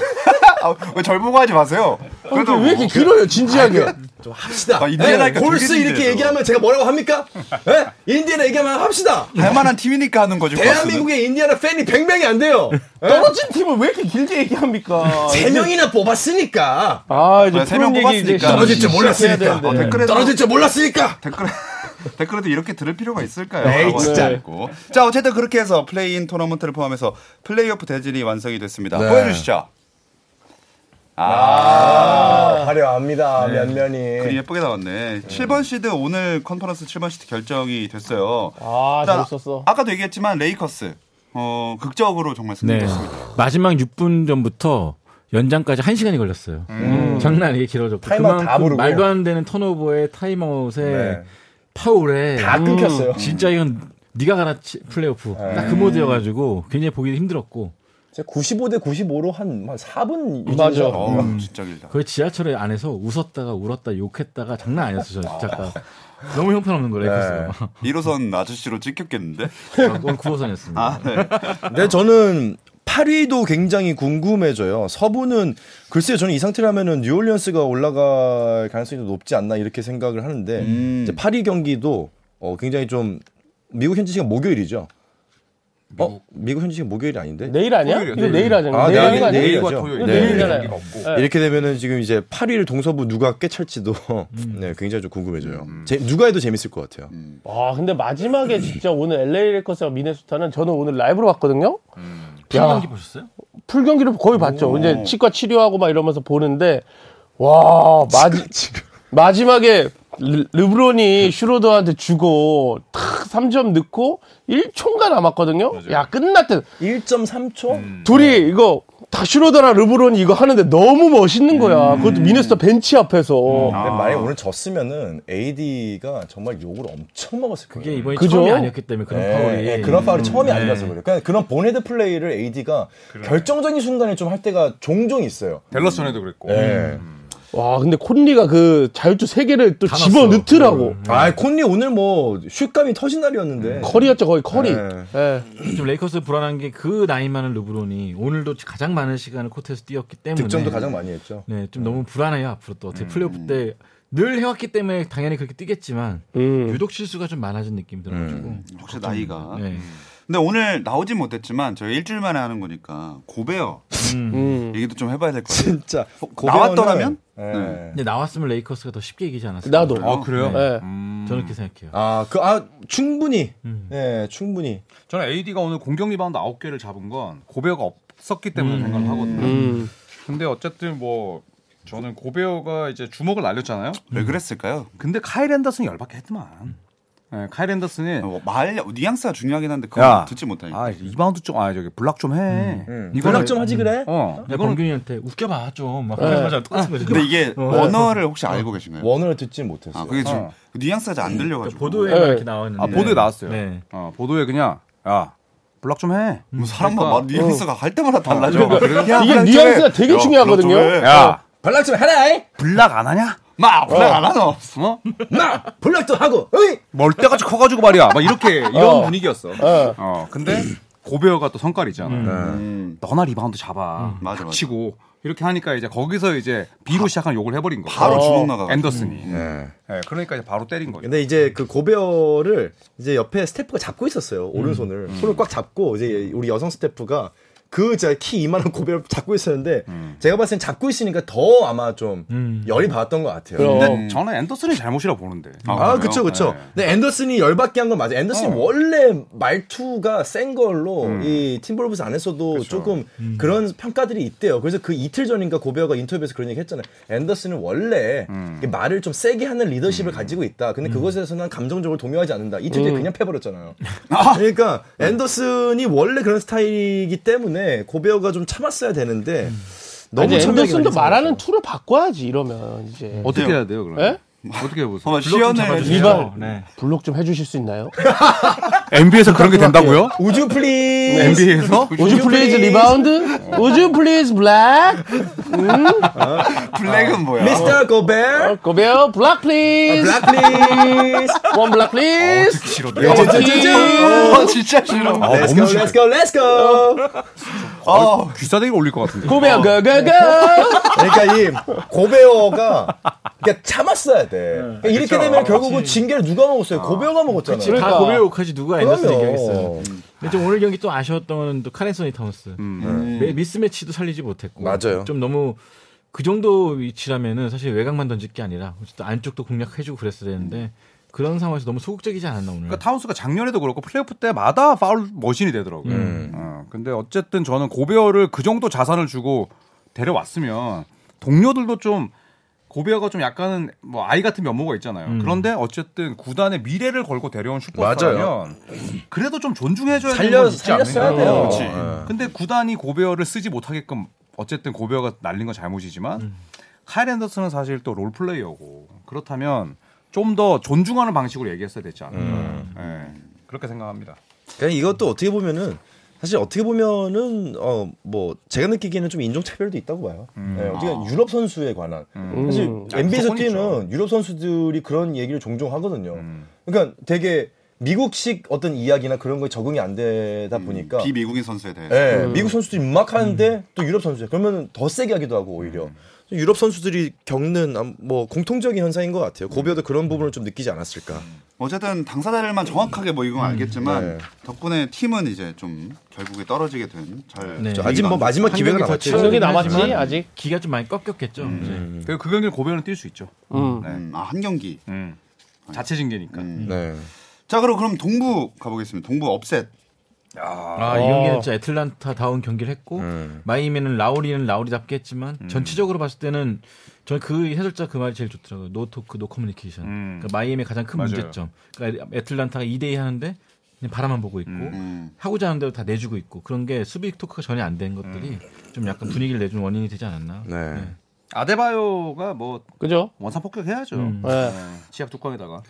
S1: 아, 왜 절보고하지 마세요.
S2: 아니,
S1: 그래도
S2: 왜 이렇게 길어요 진지하게?
S5: 좀 합시다.
S1: 아, 인디애나니까
S5: 예, 골스
S1: 되게
S5: 이렇게
S1: 인디애나.
S5: 얘기하면 제가
S1: (laughs)
S5: 뭐라고 합니까? 예? 인디애나 얘기하면 합시다.
S1: 할 만한 뭐 팀이니까 하는 거죠.
S5: 대한민국의 인디애나 팬이 100명이 안 돼요. 예?
S2: 떨어진 팀을 왜 이렇게 길게 얘기합니까?
S5: 어, 세 명이나 뽑았으니까
S2: 아 이제
S1: 네, 세명
S2: 프로 얘기 이제
S1: 뽑았으니까. 떨어질
S5: 줄 몰랐으니까.
S2: 시작해야 되는데.
S1: 어,
S8: 아,
S1: 댓글에도
S5: 떨어질 줄 몰랐으니까
S1: 댓글 (laughs) 댓글에도 이렇게 들을 필요가 있을까요?
S5: 에이,
S1: 라고
S5: 진짜.
S1: 하셨고. 자 어쨌든 그렇게 해서 플레이인 토너먼트를 포함해서 플레이오프 대진이 완성이 됐습니다. 보여주시죠. 아.
S8: 네.
S5: 화려합니다 면면이
S1: 그림 예쁘게 나왔네. 7번 시드 오늘 컨퍼런스 7번 시드 결정이 됐어요.
S2: 아
S1: 일단
S2: 재밌었어.
S1: 아까도 얘기했지만 레이커스 어 극적으로 정말
S3: 네.
S1: 승리했습니다.
S3: 마지막 6분 전부터 연장까지 1시간이 걸렸어요. 음. 장난 아니게 길어졌고.
S5: 음. 타임아웃 다 부르고.
S3: 말도 안 되는 턴오버에 타임아웃에
S5: 네.
S3: 파울에
S5: 다 끊겼어요. 네.
S3: 진짜 이건 네가 가라 치- 플레이오프 딱 그 모드여가지고 굉장히 보기 힘들었고
S5: 제가 95대 95로 한, 한 4분
S2: 맞아.
S1: 어,
S8: 음.
S1: 진짜 길다.
S3: 거의 지하철에 안에서 웃었다가 울었다 욕했다가 장난 아니었어요. 저 작가. 너무 형편없는 거예요. 그래서
S1: 1호선 아저씨로 찍혔겠는데?
S8: 네.
S3: (laughs) 오늘 9호선이었습니다.
S1: 아, 네.
S8: 근데 저는 8위도 굉장히 궁금해져요. 서부는 글쎄요, 저는 이 상태라면은 뉴올리언스가 올라갈 가능성이 더 높지 않나 이렇게 생각을 하는데
S1: 음.
S8: 이제 8위 경기도 어, 굉장히 좀 미국 현지 시간 목요일이죠. 어, 미국 현지 시간 목요일이
S5: 네,
S8: 아닌데?
S2: 내일 아니야?
S4: 토요일이야,
S2: 이거 내일
S4: 토요일.
S2: 하잖아.
S8: 아,
S2: 내일
S8: 내일,
S2: 하는 거
S8: 내일.
S2: 아니야?
S4: 내일과
S8: 내일이죠.
S4: 토요일
S2: 네.
S4: 내일
S2: 내일이잖아요.
S4: 경기가 없고
S2: 네.
S8: 이렇게 되면은 지금 이제 8위를 동서부 누가 깨찰지도 (laughs)
S3: 음.
S8: 네, 굉장히 좀 궁금해져요.
S1: 음.
S8: 제- 누가 해도 재밌을 것 같아요.
S2: 아 근데 마지막에 진짜 오늘 LA 레이커스와 미네소타는 저는 오늘 라이브로 봤거든요. 야.
S3: 경기 보셨어요?
S2: 풀 경기를 거의 봤죠. 이제 치과 치료하고 막 이러면서 보는데 와 마지 마지막에 르- 르브론이 슈로더한테 주고 탁 3점 넣고 1초가 남았거든요. 야 끝났대.
S5: 1.3초?
S8: 음.
S2: 둘이 이거 다 슈로더랑 르브론이 이거 하는데 너무 멋있는 거야. 그것도 미네소타 벤치 앞에서.
S5: 음.
S1: 아.
S8: 근데 네, 만약에 오늘 졌으면은 AD가 정말 욕을 엄청 먹었을 거예요.
S3: 그게 이번이
S2: 그죠?
S3: 처음이 아니었기 때문에 그런
S8: 예,
S3: 파울이. 네.
S8: 예, 그런 파울이 처음이 아니라서 그래요. 그러니까 그런 보헤드 플레이를 AD가 결정적인 순간에 좀 할 때가 종종 있어요.
S4: 델러스 전에도
S1: 음.
S4: 그랬고.
S2: 네.
S8: 예.
S2: 와 근데 콘리가 그 자유투 3개를 또
S3: 넣었어.
S2: 집어 넣더라고.
S5: 음.
S8: 아, 콘리 오늘 뭐 슛감이 터진
S3: 음.
S8: 날이었는데.
S2: 커리였죠 거의 커리.
S8: 네.
S2: 예.
S3: 좀 레이커스 불안한 게 그 나이 많은 르브론이 오늘도 가장 많은 시간을 코트에서 뛰었기 때문에
S8: 득점도 가장 많이 음. 했죠.
S3: 네, 좀 너무 불안해요 앞으로 또 어떻게 플레이오프 때 늘 해왔기 때문에 당연히 그렇게 뛰겠지만
S2: 음,
S3: 유독 실수가 좀 많아진 느낌이 들어가지고
S8: 음.
S1: 혹시 나이가.
S3: 네.
S8: 아.
S1: 근데 오늘 나오진 못했지만 저희 일주일 만에 하는 거니까 고베어
S2: 음.
S1: 얘기도 좀 해봐야 될 것 같아요.
S8: 진짜
S1: 나왔더라면?
S8: 예.
S3: 근데 나왔으면 레이커스가 더 쉽게 이기지 않았을까
S2: 나도.
S4: 아 그래요? 음.
S2: 예.
S3: 저는 그렇게 생각해요.
S8: 아, 그, 아, 충분히.
S3: 음.
S8: 예, 충분히.
S4: 저는 AD가 오늘 공격 리바운드 9개를 잡은 건 고베어가 없었기 때문에 생각을 하거든요.
S2: 음.
S4: 근데 어쨌든 뭐 저는 고베어가 이제 주목을 날렸잖아요.
S2: 네.
S1: 왜 그랬을까요?
S4: 근데 카일 앤더슨이 열받게 했더만. 예, 카일 앤더슨이
S1: 어, 말 뉘앙스가 중요하긴 한데
S4: 야.
S1: 그거 듣지 못하니까.
S4: 아 이바운드 좀 아 저기 블락 좀 해.
S5: 연락 음. 좀 하지 그래?
S4: 어.
S3: 내가 범균이한테 웃겨봐 좀막 그런 거잖아 똑같은 거죠.
S1: 근데 이게 원어를 혹시 알고 계신가요?
S8: 원어를 듣지 못했어요.
S1: 아, 그게 좀
S4: 어.
S1: 뉘앙스가 잘 안 들려가지고.
S3: 그러니까 보도에
S2: 네.
S3: 막 이렇게 나와 있는데
S4: 아 보도에 나왔어요.
S3: 네.
S4: 어, 보도에 그냥 야 블락 좀 해.
S1: 뭐 사람마다
S4: 그러니까.
S1: 말 뉘앙스가 할 때마다 달라져. 야,
S2: 이게
S1: 블랙 좀
S2: 뉘앙스가
S1: 해.
S2: 되게
S1: 야,
S2: 중요하거든요.
S1: 블랙 좀 해.
S4: 야
S5: 발락 좀 해라!
S4: 블락 안 하냐?
S1: 마, 블랙 안 하노.
S4: 어?
S5: 나! 발락도 하고! 어이!
S4: 멀때같이 커가지고 말이야. 막 이렇게 이런
S2: 어.
S4: 분위기였어.
S2: 어.
S4: 어. 근데 고베어가 또 성깔이잖아.
S1: 음,
S4: 너나 리바운드 잡아.
S1: 맞아, 맞아.
S4: 치고 이렇게 하니까 이제 거기서 이제 B로 시작한 욕을 해버린 거야.
S1: 바로 주먹 음. 나가.
S4: 앤더슨이. 예, 그러니까 이제 바로 때린 거죠.
S5: 근데 이제 그 고베어를 이제 옆에 스태프가 잡고 있었어요. 오른손을. 손을 꽉 잡고 이제 우리 여성 스태프가 그 자 키 이만한 고베어를 잡고 있었는데 제가 봤을 땐 잡고 있으니까 더 아마 좀 열이 받았던 것 같아요.
S2: 그럼.
S4: 저는 앤더슨이 잘못이라 보는데.
S5: 아,
S1: 그래요?
S5: 그쵸, 그쵸.
S4: 네.
S5: 근데 앤더슨이 열받게 한 건 맞아요. 앤더슨이 원래 말투가 센 걸로 이 팀볼브스 안에서도 조금 그런 평가들이 있대요. 그래서 그 이틀 전인가 고베어가 인터뷰에서 그런 얘기 했잖아요. 앤더슨은 원래 이렇게 말을 좀 세게 하는 리더십을 가지고 있다. 근데 그것에서 난 감정적으로 동요하지 않는다. 이틀 뒤에 그냥 패버렸잖아요. 그러니까 앤더슨이 원래 그런 스타일이기 때문에 고베어가 좀 참았어야 되는데 너무
S2: 아니,
S5: 참여하기가
S2: 앤더슨도
S5: 힘들어서.
S2: 말하는 투로 바꿔야지 이러면 이제
S4: 어떻게 해야 돼요, 그럼?
S2: 예?
S4: 어떻게 해보세요?
S1: 한번 시연을 해주세요.
S2: 리바-
S3: 네.
S2: 블록 좀 해주실 수 있나요?
S4: NBA에서 그런 게 된다고요?
S5: 우주 플리즈
S4: 네. NBA에서?
S2: Would you please 리바운드? Would you please black?
S1: 블랙은 뭐야?
S5: 미스터 고베어
S2: 고베어 black please.
S5: 블락 플리즈
S2: One black please.
S5: 예, 저, 저, 저.
S4: 아,
S1: 어, 진짜 싫어.
S5: Let's go, let's go, let's go.
S1: 어,
S4: 아, 귀싸대기가 올릴 것 같은데.
S2: 고베어 go go go.
S5: 그러니까 이 고베어가 그러니까 참았어야 돼. 그러니까 이렇게 되면 결국은 징계를 누가 먹었어요? 고베어가 먹었잖아요.
S3: 다
S2: 그러니까.
S3: 고베 욕하지 누가 앤더슨 얘기하겠어요.
S5: 그럼요.
S3: 근데 좀 오늘 경기 또 아쉬웠던 건또 카렌서니 타운스
S4: 음, 네.
S3: 네. 매- 미스매치도 살리지 못했고
S8: 맞아요.
S3: 좀 너무 그 정도 위치라면은 사실 외곽만 던질 게 아니라 어쨌든 안쪽도 공략해주고 그랬어야 되는데 그런 상황에서 너무 소극적이지 않았나 오늘.
S4: 그러니까 타운스가 작년에도 그렇고 플레이오프 때마다 파울 머신이 되더라고요.
S8: 음.
S4: 어, 근데 어쨌든 저는 고베어를 그 정도 자산을 주고 데려왔으면 동료들도 좀 고베어가 좀 약간은 뭐 아이 같은 면모가 있잖아요. 그런데 어쨌든 구단의 미래를 걸고 데려온 슈퍼스타면 그래도 좀 존중해줘야 되는
S5: 살려
S4: 건 있지
S5: 살렸어야
S4: 않나?
S5: 돼요.
S1: 네.
S4: 근데 구단이 고베어를 쓰지 못하게끔 어쨌든 고베어가 날린 건 잘못이지만
S5: 음.
S4: 카일 앤더슨은 사실 또 롤플레이어고 그렇다면 좀 더
S1: 음.
S4: 존중하는 방식으로 얘기했어야 되지 않을까 예, 그렇게 네. 생각합니다.
S8: 그냥 이것도 어떻게 보면은
S5: 사실 어떻게 보면은 어 뭐 제가 느끼기에는 좀 인종차별도 있다고 봐요. 네, 어떻게 보면 유럽 선수에 관한 사실 NBA에서
S4: 무조건
S5: 뛰는 유럽 선수들이 그런 얘기를 종종 하거든요. 그러니까 되게 미국식 어떤 이야기나 그런 거에 적응이 안 되다 보니까
S1: 비미국인 선수에 대해
S5: 예, 미국 선수들이 막 하는데 또 유럽 선수들 그러면 더 세게 하기도 하고 오히려 음. 유럽 선수들이 겪는 암- 뭐 공통적인 현상인 것 같아요. 고비어도 그런 부분을 좀 느끼지 않았을까.
S1: 어쨌든 당사자들만 정확하게 뭐 이건 알겠지만 덕분에 팀은 이제 좀 결국에 떨어지게 된잘
S3: 네.
S5: 아직 뭐 마지막 기회가
S3: 더
S5: 남았죠.
S3: 치러지긴
S2: 저기 남았지,
S3: 하지만
S2: 아직?
S3: 기가 좀 많이 꺾였겠죠. 이제.
S1: 음.
S4: 그리고 그 경기를 고베어는 뛸 수 있죠.
S2: 음,
S1: 아한 경기
S4: 음. 자체 징계니까.
S1: 음.
S5: 네.
S1: 자 그럼 그럼 동부 가보겠습니다 동부 업셋
S3: 아, 이 경기는 진짜 애틀란타 다운 경기를 했고 마이애미는 라우리는 라우리답게 했지만 전체적으로 봤을 때는 저는 그 해설자 그 말이 제일 좋더라고요. 노 토크, 노 커뮤니케이션.
S4: 음.
S3: 그러니까 마이애미의 가장 큰
S4: 맞아요.
S3: 문제점. 그러니까 애틀란타가 2대 2 하는데 그냥 바라만 보고 있고
S4: 음.
S1: 음.
S3: 하고자 하는 대로 다 내주고 있고 그런 게 수비 토크가 전혀 안 된 것들이
S4: 음.
S3: 좀 약간 분위기를 내준 원인이 되지 않았나.
S5: 네.
S4: 아데바요가 뭐
S2: 그죠?
S4: 원사 폭격해야죠.
S5: 음.
S2: 예.
S4: 치약 뚜껑에다가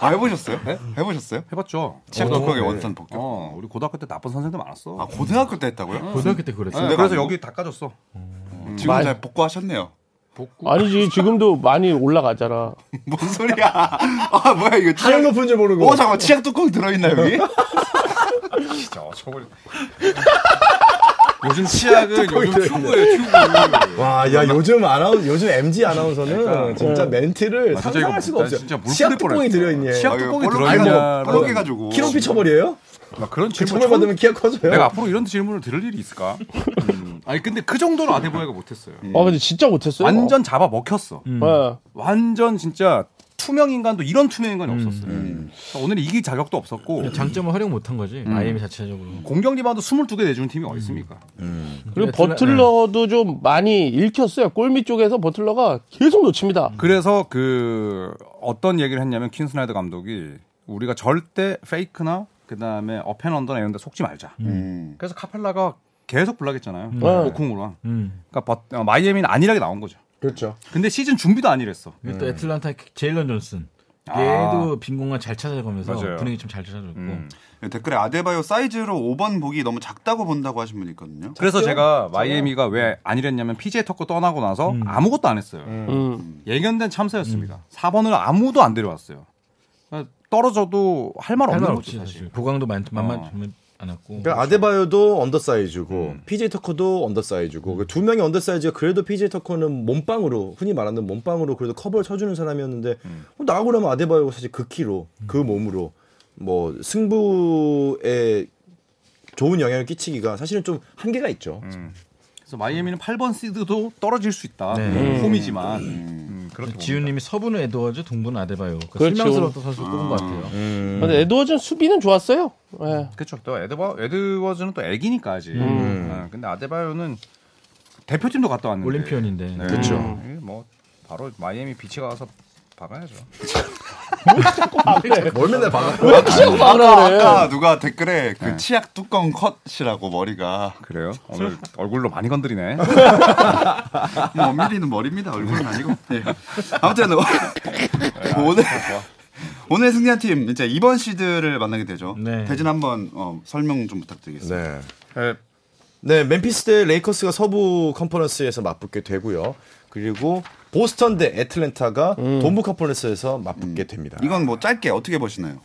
S1: 아 해보셨어요? 해보셨어요?
S4: 해봤죠.
S1: 치약
S4: 어,
S1: 덕후의
S4: 네.
S1: 원산 폭격.
S4: 어, 우리 고등학교 때 나쁜 선생도 많았어.
S1: 아 고등학교 때 했다고요?
S3: 고등학교 때 그랬어요.
S4: 네,
S1: 내가
S4: 그래서
S1: 아니고?
S4: 여기 다 까졌어.
S1: 지금 잘 복구하셨네요 (laughs)
S2: 아니지, 지금도 많이 올라가잖아.
S1: 뭔 소리야 (laughs) 아 뭐야 이거
S5: 하늘
S1: 치약
S5: 높은 줄 모르고.
S1: 어 잠깐만 치약 뚜껑 들어있나 여기?
S4: 진짜 어처구니. (laughs) 요즘
S5: (laughs)
S4: 치약은 요즘 튜브예요, 튜브.
S5: 와, 야 요즘 아나운 요즘 MG 아나운서는 진짜 멘트를
S4: 아, 진짜
S5: 상상할
S4: 이거
S5: 수가
S4: 나
S5: 없어요.
S4: 진짜 물
S5: 치약
S4: 뿌릴
S5: 뚜껑이
S4: 뻔했어.
S5: 들어있네.
S4: 치약
S1: 아, 이거
S4: 뚜껑이
S1: 볼록-
S4: 들어있냐?
S1: 아니, 뭐 볼록해가지고.
S5: 키높이 처벌이에요?
S4: 막 그런
S5: 그
S4: 질문
S5: 처벌
S4: 처음
S5: 받으면 키가 커져요.
S4: 내가 앞으로 이런 질문을 들을 일이 있을까? 음. 아니 근데 그 정도로 아데바요가 못했어요.
S5: 음.
S2: 아, 근데 진짜 못했어요.
S4: 완전 잡아 먹혔어.
S2: 예.
S4: 완전 진짜 투명 인간도 이런 투명 인간이 없었어요.
S5: 음.
S4: 그래서 오늘 이길 자격도 없었고
S3: 장점을 활용 못한 거지.
S4: 음.
S3: 마이애미 자체적으로.
S4: 공격 리바운드 22개 내주는 팀이 어디 있습니까?
S5: 예,
S2: 그리고
S3: 애틀란-
S2: 버틀러도 좀 많이 읽혔어요. 골밑 쪽에서 버틀러가 계속 놓칩니다.
S4: 그래서 그 어떤 얘기를 했냐면 킨스나이더 감독이 우리가 절대 페이크나 그다음에 어펜언더나 이런 데 속지 말자.
S1: 음.
S4: 그래서 카펠라가 계속 불락했잖아요.
S2: 네.
S4: 오쿵으로.
S3: 음.
S4: 그러니까 버- 어, 마이애미는 안일하게 나온 거죠.
S5: 그렇죠.
S4: 근데 시즌 준비도 안일했어.
S3: 그리고 또 애틀란타 제일런 존슨.
S4: 아.
S3: 얘도 빈 공간 잘 찾아가면서
S4: 맞아요.
S3: 분위기 좀 잘 찾아줬고.
S4: 음.
S1: 댓글에 아데바요 사이즈로 5번 보기 너무 작다고 본다고 하신 분 있거든요
S4: 그래서 제가 마이애미가 왜 안일했냐면 PJ 터커 떠나고 나서 아무것도 안 했어요.
S2: 음.
S4: 예견된 참사였습니다.
S3: 음.
S4: 4번을 아무도 안 데려왔어요. 그러니까 떨어져도 할 말
S3: 할말
S4: 없는
S3: 없지
S4: 거지
S3: 사실.
S4: 사실.
S3: 보강도 만 만만
S4: 어.
S3: 안 왔고.
S5: 그러니까 아데바요도 언더사이즈고 PJ 터커도 언더사이즈고 그두 명의 언더사이즈가 그래도 PJ 터커는 몸빵으로 흔히 말하는 몸빵으로 그래도 커버를 쳐주는 사람이었는데 뭐 나가고 나면 아데바요가 사실 그 키로 그 몸으로 뭐 승부에 좋은 영향을 끼치기가 사실은 좀 한계가 있죠.
S4: 그래서 마이애미는 8번 시드도 떨어질 수 있다.
S3: 네.
S4: 음, 홈이지만 음, 그렇게
S3: 지훈님이 서부는 에드워즈, 동부는 아데바요. 그러니까
S2: 그렇죠.
S3: 실망스러웠던 선수 뽑은 것 같아요.
S2: 근데 에드워즈는 수비는 좋았어요. 예.
S4: 그렇죠. 또 에드버, 에드워즈는 또 애기니까 아직.
S3: 음.
S4: 아, 근데 아데바요는 대표팀도 갔다 왔는데.
S3: 올림피언인데.
S4: 그렇죠. 뭐 바로 마이애미 비치 가서 박아야죠.
S5: 뭘 맨날 봐.
S2: 왜 이렇게 자꾸
S1: 아까,
S2: 말을 해?
S1: 아까 누가 댓글에 그 치약 뚜껑 컷이라고 머리가
S4: 그래요? 오늘 얼굴로
S3: (laughs)
S4: 많이 건드리네.
S1: 뭐 엄밀히는 머리입니다. 얼굴은 아니고. 예. 아무튼 오- 오늘 오늘 승리한 팀 이제 이번 시드를 만나게 되죠.
S3: 네.
S1: 대진 한번 어, 설명 좀 부탁드리겠습니다.
S5: 네.
S4: 네.
S5: 네, 멤피스 대 레이커스가 서부 컨퍼런스에서 맞붙게 되고요. 그리고 보스턴 대 애틀랜타가 동부 컨퍼런스에서 맞붙게 됩니다.
S1: 이건 뭐 짧게 어떻게 보시나요?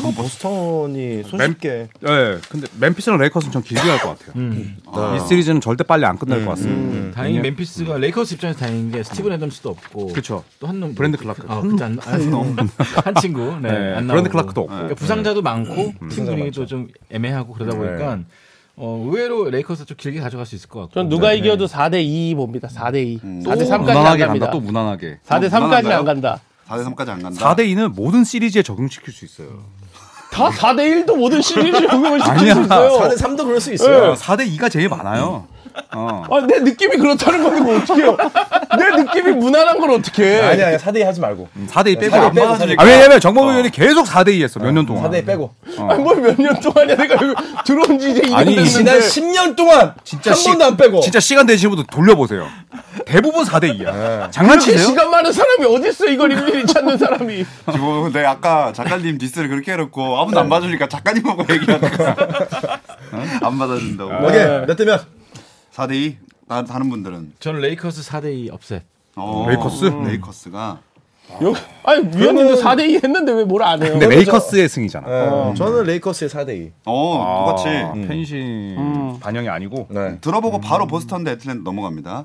S5: 뭐 보스턴이 손쉽게
S4: 네, 근데 맨피스랑 레이커스는 좀 길게 할 것 같아요.
S2: 음.
S4: 이 시리즈는 절대 빨리 안 끝날 것 같습니다.
S3: 다행히 멤피스가 레이커스 입장에서 다행인 게 스티븐 애덤스도 없고.
S4: 그쵸.
S3: 또한 놈.
S4: 브랜드 클라크.
S3: 아, 그때 안, 안, 한 친구. 네.
S4: 네,
S3: 안
S4: 브랜드
S3: 나오고.
S4: 클라크도 없고.
S3: 그러니까 부상자도 많고 팀 분위기도 좀 애매하고 그러다 보니까 어, 의외로 레이커스 좀 길게 가져갈 수 있을 것 같고.
S2: 전 누가
S3: 네.
S2: 이겨도 4대2 봅니다. 4대2. 4대3까지 안
S4: 음. 무난하게 간다.
S2: 갑니다.
S4: 또 무난하게.
S2: 4대3까지 안
S1: 무난한가요?
S2: 간다.
S1: 4대 3까지 안 간다.
S4: 4대 2는 모든 시리즈에 적용시킬 수 있어요.
S2: 다 4대1도 모든 시리즈 적용을 시킬
S4: (laughs) 아니야.
S2: 수 있어요.
S5: 4대 3도 그럴 수 있어요.
S4: 4대 2가 제일 많아요. 어.
S2: 아, 내 느낌이 그렇다는 건데 뭐 어떡해요. 내 느낌이 무난한 걸 어떡해.
S9: 아니 아니 4대2 하지 말고
S4: 4대2 빼고.
S1: 안 맞아주니까.
S4: 아, 왜냐면 정범 의원이 계속 4대2 했어, 몇 년 동안.
S9: 4대2 빼고
S2: 아니 뭘몇 년 동안이야 내가 여기 들어온 지 이제 2년
S4: 아니,
S2: 됐는데
S9: 지난 10년 동안
S4: 진짜
S9: 한
S4: 시-
S9: 번도 안 빼고
S4: 진짜 시간 되신 분들 돌려보세요. 대부분 4대2야.
S2: 이렇게
S4: 장난치세요?
S2: 시간 많은 사람이 어딨어 이걸 일일이 찾는 사람이
S1: 지금 뭐, 근데 아까 작가님 디스를 그렇게 해놓고 아무도 안 봐주니까 작가님하고 얘기하다가 어? 안 받아준다고.
S9: 오케이 몇대 몇?
S1: 4대2? 나, 다른 분들은.
S3: 저는 레이커스 4대2 업셋.
S1: 어,
S4: 레이커스?
S1: 레이커스가.
S2: 여기- 아니 위원님도 4대2 했는데 왜 뭘 안 해요 그렇죠?
S4: 근데 레이커스의 승이잖아. 아,
S9: 네, 저는 레이커스의 4대2
S1: 어, 똑같이.
S4: 음. 펜싱
S2: 음.
S4: 반영이 아니고.
S9: 네.
S1: 들어보고 바로 보스턴 대 애틀랜타 넘어갑니다.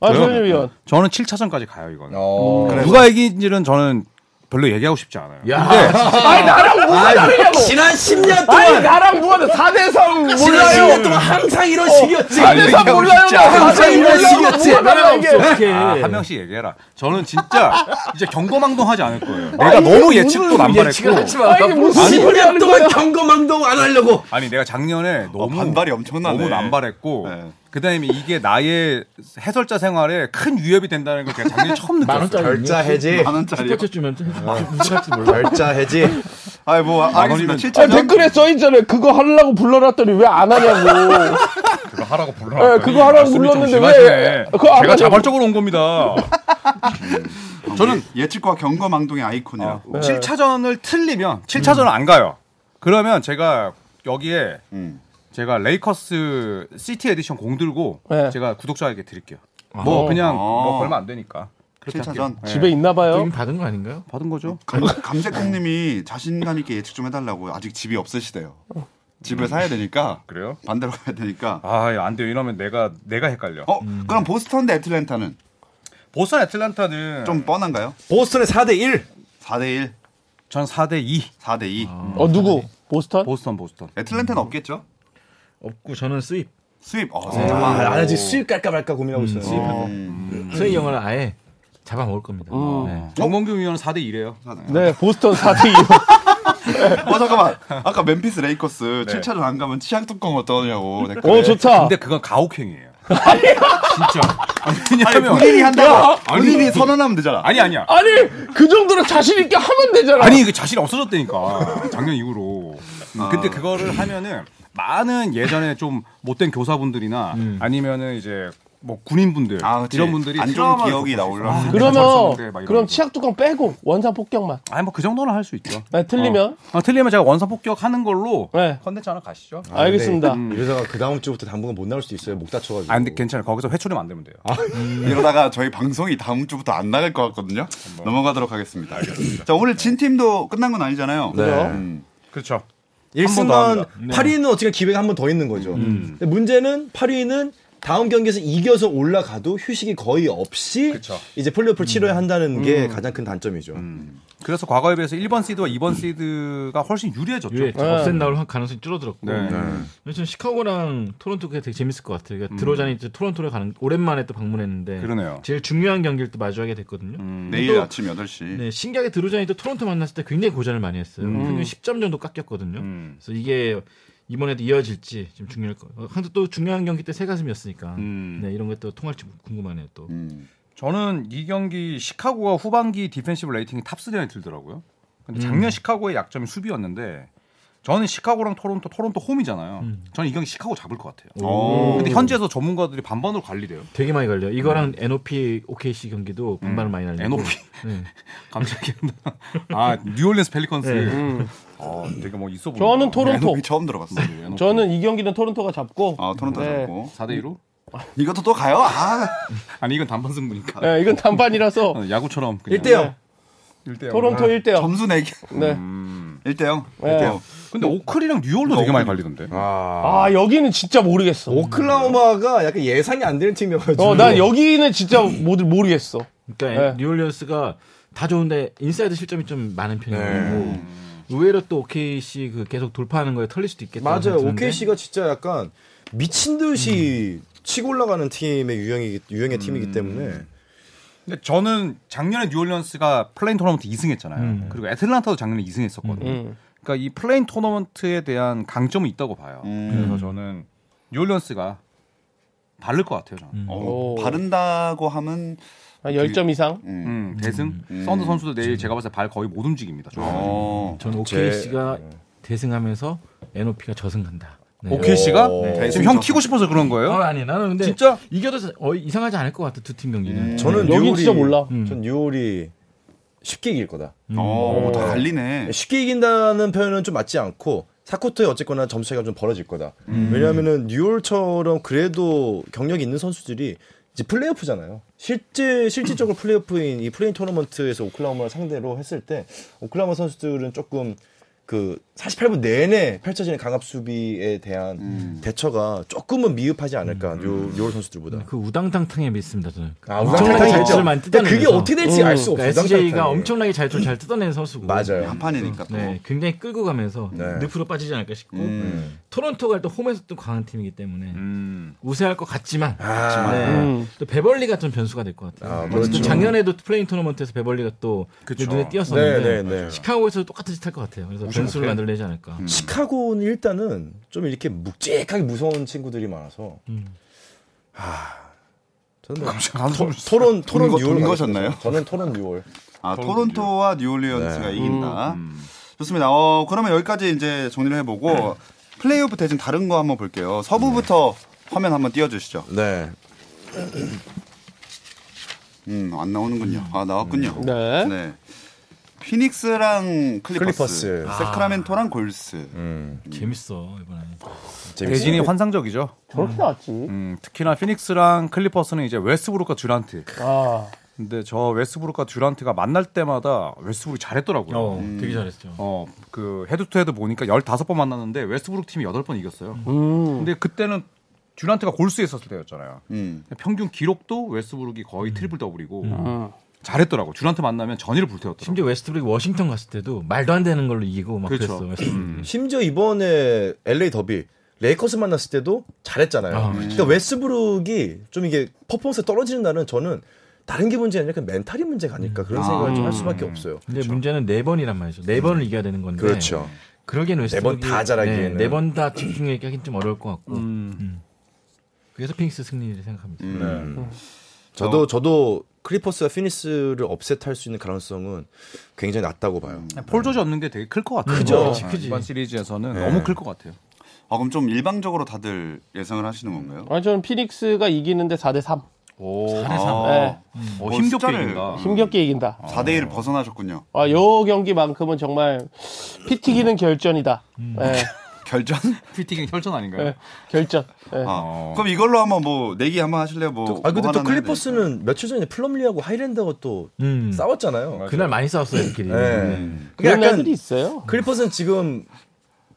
S2: 아 소연이 위원
S4: 저는 7차전까지 가요, 이거는.
S9: 어.
S4: 누가 이긴지는 저는 별로 얘기하고 싶지 않아요.
S2: 아니 나랑 뭐가 다르냐고
S9: 지난 10년
S2: 아니
S9: 동안
S2: 나랑 뭐가 다르 4대3 몰라요
S9: 10년 동안 항상 이런 식이었지
S2: 4대3 몰라요 나 4대2 몰라요 뭐가 달라 이게
S3: 어떻게?
S4: 아, 한 명씩 얘기해라. 저는 진짜 이제 경거망동 하지 않을 거예요. 내가 너무 예측도
S3: 예측을 하지
S4: 만발했고.
S3: 마.
S2: 아니 이게 무슨 소리
S9: 10년
S2: 하는 거야
S9: 동안 경거망동 안 하려고
S4: 아니 내가 작년에
S1: 어,
S4: 너무
S1: 반발이 엄청나네.
S4: 너무 남발했고
S1: 네.
S4: 그다음에 이게 나의 해설자 생활에 큰 위협이 된다는 걸 제가 작년에 처음 느꼈어요.
S9: 결자해지
S1: 만 원짜리.
S3: 슈퍼챗 주면 무슨 할지
S9: 음.
S3: 몰라.
S9: 결자해지
S1: 아이 뭐 아, 알겠습니다.
S4: 원이면-
S2: 아,
S1: 7차전.
S2: 댓글에 써있잖아요 그거 하려고 불러놨더니 왜 안 하냐고
S4: 그거 하라고 불러.
S2: 예, 그거 하라고 불렀는데 왜 그거 안
S4: 제가
S2: 하냐고.
S4: 자발적으로 온 겁니다.
S1: 저는 어, 예측과 경거망동의 아이콘이라고.
S4: 네. 7차전을 틀리면 7차전을 안 가요. 그러면 제가 여기에
S1: 음.
S4: 제가 레이커스 시티 에디션 공 들고
S2: 네.
S4: 제가 구독자에게 드릴게요. 뭐 그냥 뭐 얼마 안 되니까. 그렇게
S1: 7차전.
S4: 할게요. 네.
S2: 집에 있나 봐요
S3: 지금 받은 거 아닌가요?
S4: 받은 거죠?
S1: 감, 감자콩님이 자신감 있게 예측 좀 해달라고 아직 집이 없으시대요. 집을 사야 되니까
S4: 음. 그래요?
S1: 반대로 가야 되니까.
S4: 아, 안 돼요. 이러면 내가 내가 헷갈려.
S1: 어 그럼 보스턴 대 애틀랜타는
S4: 보스턴 애틀란타는
S1: 좀 뻔한가요?
S9: 보스턴의 4대1
S1: 4대 1,
S4: 전 4대 2.
S1: 4대 2.
S2: 어 누구 보스턴
S9: 뭐,
S4: 보스턴
S1: 어?
S4: 보스턴.
S1: 애틀랜타는 없겠죠?
S3: 없고 저는 스윕.
S1: 수입. 어,
S9: 아,
S1: 생각만.
S9: 나 지금 수입 갈까 말까 고민하고 있어요
S1: 어,
S3: 스윕 영화를 아예 잡아먹을 겁니다. 네.
S4: 정몽규 위원은 4대 2래요.
S2: 네 보스턴 4대2
S1: 어, 잠깐만. 아까 멤피스 레이커스 7차전 안 가면 치약 뚜껑 어떠냐고. 댓글에.
S2: 어 좋다
S4: 네. 근데 그건 가혹행위예요. 진짜. 아니, 왜냐면
S1: 본인이 한다고.
S4: 아니,
S1: 본인이 선언하면 되잖아.
S4: 아니 아니야.
S2: 아니 그 정도로 자신 있게 하면 되잖아.
S4: 아니 이게 자신이 없어졌다니까 작년 이후로 음, 근데 그거를 하면은 많은 예전에 좀 못된 교사분들이나 아니면은 이제 뭐 군인분들
S1: 아, 그치.
S4: 이런 분들이
S1: 안 좋은
S4: 트라우마를
S1: 기억이
S4: 겪을 수 있어요.
S1: 나오려면.
S4: 아,
S2: 그러면
S4: 절삭인데, 막 이런
S2: 그럼
S4: 거.
S2: 치약 뚜껑 빼고 원상 폭격만.
S4: 아니 뭐 그 정도는 할 수 있죠
S2: 아, 틀리면
S4: 아, 틀리면 제가 원사 폭격하는 걸로
S2: 네.
S4: 컨텐츠 하나 가시죠
S2: 알겠습니다.
S9: 이러다가 그 다음 주부터 당분간 못 나올 수도 있어요 목 다쳐가지고
S4: 아 근데 괜찮아요 거기서 회초리 만들면 돼요
S1: 이러다가 저희 방송이 다음 주부터 안 나갈 것 같거든요. 넘어가도록 하겠습니다. 자, 오늘 진 팀도 끝난 건 아니잖아요. 음.
S4: 그렇죠
S9: 일승만
S4: 네.
S9: 8위는 어떻게 기회가 한 번 더 있는 거죠.
S4: 음.
S9: 근데 문제는 8위는 다음 경기에서 이겨서 올라가도 휴식이 거의 없이
S4: 그쵸. 음.
S9: 이제 플레이오프 치러야 한다는 게 가장 큰 단점이죠.
S4: 그래서 과거에 비해서 1번 시드와 2번 시드가 훨씬 유리해졌죠
S3: 유에
S2: 네.
S3: 업셋 나올 가능성이 줄어들었고.
S4: 아. 네.
S3: 저는 시카고랑 토론토가 되게 재밌을 것 같아요. 그러니까 드로잔이 이제 토론토를 가는 오랜만에 또 방문했는데
S4: 음. 그러네요. 음.
S3: 제일 중요한 경기를 또 마주하게 됐거든요.
S1: 음. 내일 아침 8시.
S3: 네, 신기하게 드로잔이 또 토론토 만났을 때 굉장히 고전을 많이 했어요. 평균 10점 정도 깎였거든요.
S4: 음.
S3: 그래서 이게 이번에도 이어질지 지금 중요할 거. 한도 또 중요한 경기 때 세 가슴이었으니까.
S4: 음.
S3: 네, 이런 것도 통할지 궁금하네요. 또
S1: 음.
S4: 저는 이 경기 시카고가 후반기 디펜시브 레이팅이 탑3에 들더라고요.
S3: 음.
S4: 근데 작년 시카고의 약점이 수비였는데 저는 시카고랑 토론토, 토론토 홈이잖아요.
S3: 음.
S4: 저는 이 경기 시카고 잡을 것 같아요.
S1: 오.
S4: 근데 현지에서 전문가들이 반반으로 관리돼요.
S3: 되게 많이 걸려. 요
S4: 음.
S3: 이거랑 NOP OKC 경기도 반반을 많이 날리고.
S4: NOP (laughs)
S3: 네.
S4: 깜짝이야. 아 뉴올리언스 펠리컨스.
S3: 네.
S2: 음.
S4: 어, 되게 뭐 있어 보여.
S2: 저는 토론토.
S1: NOP 처음 들어봤어.
S2: 저는 이 경기는 토론토가 잡고.
S1: 아, 토론토
S2: 네.
S1: 잡고.
S4: 4대 1로?
S1: 이것도 또 가요? 아.
S4: 아니 이건 단판 승부니까.
S2: 네, 이건 단판이라서
S4: 어, 야구처럼 그냥
S9: 1대 0.
S2: 네.
S4: 일대영.
S2: 토론토 1대0.
S1: 점수 내기.
S2: 네.
S4: 음.
S1: 1대0.
S2: 네.
S4: 근데 오클이랑 뉴올도 되게 많이 관리던데.
S2: 아 여기는 진짜 모르겠어.
S9: 오클라호마가 약간 예상이 안 되는 팀이어가지고.
S2: 어, 난 여기는 진짜
S4: 음.
S2: 모두 모르겠어.
S3: 그러니까
S2: 네.
S3: 뉴올리언스가 다 좋은데 인사이드 실점이 좀 많은 편이고 의외로 또 OKC 그 계속 돌파하는 거에 털릴 수도 있겠다.
S9: 맞아요. OKC가 진짜 약간 미친
S4: 음.
S9: 듯이 치고 올라가는 팀의 유형이 유형의 팀이기 때문에
S4: 근데 저는 작년에 뉴올리언스가 플레인 토너먼트 2승했잖아요.
S3: 음.
S4: 그리고 애틀란타도 작년에 2승했었거든요.
S2: 음.
S4: 그러니까 이 플레인 음. 토너먼트에 대한 강점은 있다고 봐요. 그래서 저는 뉴올리언스가 바를 것 같아요,
S3: 음.
S4: 저는.
S1: 어,
S2: 오.
S1: 바른다고 하면
S2: 한 10점 이상?
S4: 음, 대승 썬더 선수도
S3: 음.
S4: 내일 제가 봤을 때 발 거의 못 움직입니다. 저
S1: 어,
S3: 전 OKC가 대승하면서 NOP가 저승간다. 네.
S4: 오케이 씨가
S9: 어.
S1: 대승
S4: 지금 형
S1: 저-
S4: 키고 싶어서 그런
S3: 어,
S4: 거예요?
S3: 아니 나는 근데
S4: 진짜?
S3: 이겨도 어, 이상하지 않을 것 같아 두 팀 경기는.
S5: 저는
S2: 여긴
S5: 뉴올이-
S2: 진짜 몰라.
S4: 음.
S5: 전 뉴올이 쉽게 이길 거다.
S1: 어, 다 갈리네.
S5: 쉽게 이긴다는 표현은 좀 맞지 않고 사코트에 어쨌거나 점수 차이가 좀 벌어질 거다. 왜냐하면은 뉴올처럼 그래도 경력이 있는 선수들이 이제 플레이오프잖아요. 실제 실질적으로 플레이오프인 이 플레인 토너먼트에서 오클라호마를 상대로 했을 때 오클라호마 선수들은 조금 그 48분 내내 펼쳐지는 강압 수비에 대한 대처가 조금은 미흡하지 않을까 뉴- 뉴올 선수들보다.
S3: 그 우당탕탕에 믿습니다 저는.
S5: 아,
S3: 엄청나게
S5: 우당탕탕이죠.
S3: 잘 많이
S5: 근데
S3: 뜯어내면서.
S5: 그게 어떻게 될지 알 수 없어.
S3: 그러니까 SJ가
S5: 우당탕탕이.
S3: 엄청나게 잘잘 잘 뜯어낸 선수고.
S5: 맞아요.
S1: 한 판이니까 또.
S3: 네, 굉장히 끌고 가면서
S5: 네.
S3: 늪으로 빠지지 않을까 싶고
S1: 음.
S3: 토론토가 또 홈에서 또 강한 팀이기 때문에
S4: 음.
S3: 우세할 것 같지만
S5: 아,
S3: 네.
S2: 음.
S3: 또 베벌리가 좀 변수가 될 것 같아요.
S5: 아,
S3: 또
S5: 그렇죠.
S3: 작년에도 플레인 토너먼트에서 베벌리가 또
S4: 그쵸.
S3: 눈에
S5: 네,
S3: 띄었었는데
S5: 네, 네.
S3: 시카고에서 도 똑같은 짓 할 것 같아요. 그래서 변수를 만들려지 않을까.
S5: 음. 시카고는 일단은 좀 이렇게 묵직하게 무서운 친구들이 많아서
S4: 음.
S5: 아, 저는 뭐
S4: 아,
S5: 토, 토론 토론
S1: 돈 거-
S5: 뉴올
S1: 돈
S5: 가겠습니다.
S1: 거셨나요?
S5: 저는 토론 뉴올.
S1: 아, 토론토와 뉴올리언스가 이긴다. 좋습니다. 어, 그러면 여기까지 이제 정리를 해보고 플레이오프 대신 다른 거 한번 볼게요. 서부부터 화면 한번 띄워주시죠.
S5: 네.
S1: 음, 안 나오는군요. 아, 나왔군요.
S2: 네.
S1: 피닉스랑 클리퍼스,
S5: 클리퍼스.
S1: 세크라멘토랑 골스.
S3: 재밌어 이번에.
S4: 대진이 환상적이죠.
S2: 저렇게 나왔지.
S4: 음, 특히나 피닉스랑 클리퍼스는 이제 웨스브룩과 듀란트.
S2: 아,
S4: 근데 저 웨스브룩과 듀란트가 만날 때마다 웨스브룩이 잘했더라고요.
S3: 어, 되게 잘했죠.
S4: 어, 그 헤드투헤드 보니까 15번 만났는데 웨스브룩 팀이 8번 이겼어요.
S2: 음.
S4: 근데 그때는 듀란트가 골수에 있었을 때였잖아요.
S1: 음.
S4: 평균 기록도 웨스브룩이 거의 트리플 더블이고 잘했더라고. 듀란트 만나면 전의를 불태웠더라고.
S3: 심지어 웨스트브룩이 워싱턴 갔을 때도 말도 안 되는 걸로 이기고 막
S4: 그렇죠.
S3: 그랬어. 웨스트브룩이.
S5: 심지어 이번에 LA 더비 레이커스 만났을 때도 잘했잖아요. 그러니까 웨스브룩이 좀 이게 퍼포먼스 떨어지는 날은 저는 다른 게 문제 아니라 그냥 멘탈이 문제가 음. 아닐까 그런 생각을 좀 할 수밖에 없어요.
S3: 근데 문제는 네 번이란 말이죠. 네 번을 이겨야 되는 건데.
S5: 음. 그렇죠.
S3: 그러기엔 웨스트브룩이
S5: 번다 잘하기에는.
S3: 네 번 다 집중력이 하긴 좀 어려울 것 같고. 음. 그래서 핑스 승리를 생각합니다.
S5: 음. 저도 저도 크리퍼스와 피니스를 업셋할 수 있는 가능성은 굉장히 낮다고 봐요.
S4: 폴 조지 없는 게 되게 클 것 같아요.
S3: 그죠.
S4: 어,
S3: 그치, 그치.
S4: 이번 시리즈에서는 너무 클 것 같아요.
S1: 아, 그럼 좀 일방적으로 다들 예상을 하시는 건가요?
S2: 아니, 저는 피닉스가 이기는데 4대3.
S4: 음. 오,
S2: 네.
S4: 어,
S1: 어,
S4: 힘겹게
S1: 숫자를-
S4: 이긴다. 뭐
S2: 힘겹게 이긴다.
S1: 4대1 벗어나셨군요.
S2: 아, 요 경기만큼은 정말 피
S1: 음.
S2: 튀기는 결전이다. 예,
S1: 결전?
S4: 피팅의 혈전 아닌가요?
S2: 예, 결전. 예.
S1: 아, 그럼 이걸로 한번 뭐 내기 한번 하실래요? 뭐.
S5: 어. 아
S1: 뭐
S5: 근데 또
S1: 하나 내야 되니까.
S5: 클리퍼스는 며칠 전에 플럼리하고 하이랜드하고 또
S3: 음.
S5: 싸웠잖아요.
S3: 그날 많이 싸웠어요, 음. 애들끼리.
S5: 네. 그게
S2: 그런
S5: 약간
S2: 날들이 있어요.
S5: 클리퍼스는 지금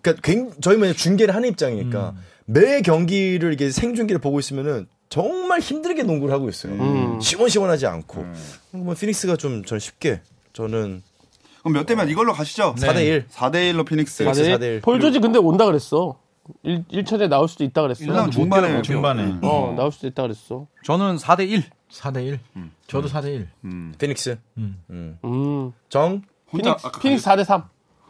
S5: 그러니까 굉- 저희 만약 중계를 하는 입장이니까 매 경기를 이게 생중계를 보고 있으면은 정말 힘들게 농구를 하고 있어요. 시원시원하지 않고. 뭐 피닉스가 좀 전 쉽게 저는
S1: 그럼 몇 대면 이걸로 가시죠.
S5: 4대 1.
S1: 4대1로 피닉스.
S5: 피닉스
S2: 4대1.
S5: 4대1.
S2: 네, 폴 조지 근데 온다 그랬어. 1, 일차에 나올 수도 있다 그랬어.
S1: 일단 중반에.
S3: 중반에.
S4: 음.
S2: 어, 나올 수도 있다 그랬어.
S4: 저는 4대 1.
S3: 4대 1.
S5: 음.
S3: 저도 4대 1.
S5: 피닉스.
S3: 음.
S5: 음.
S2: 음.
S5: 정
S1: 혼자
S2: 피닉스,
S1: 아까 그 아,
S2: 피닉스 4대3.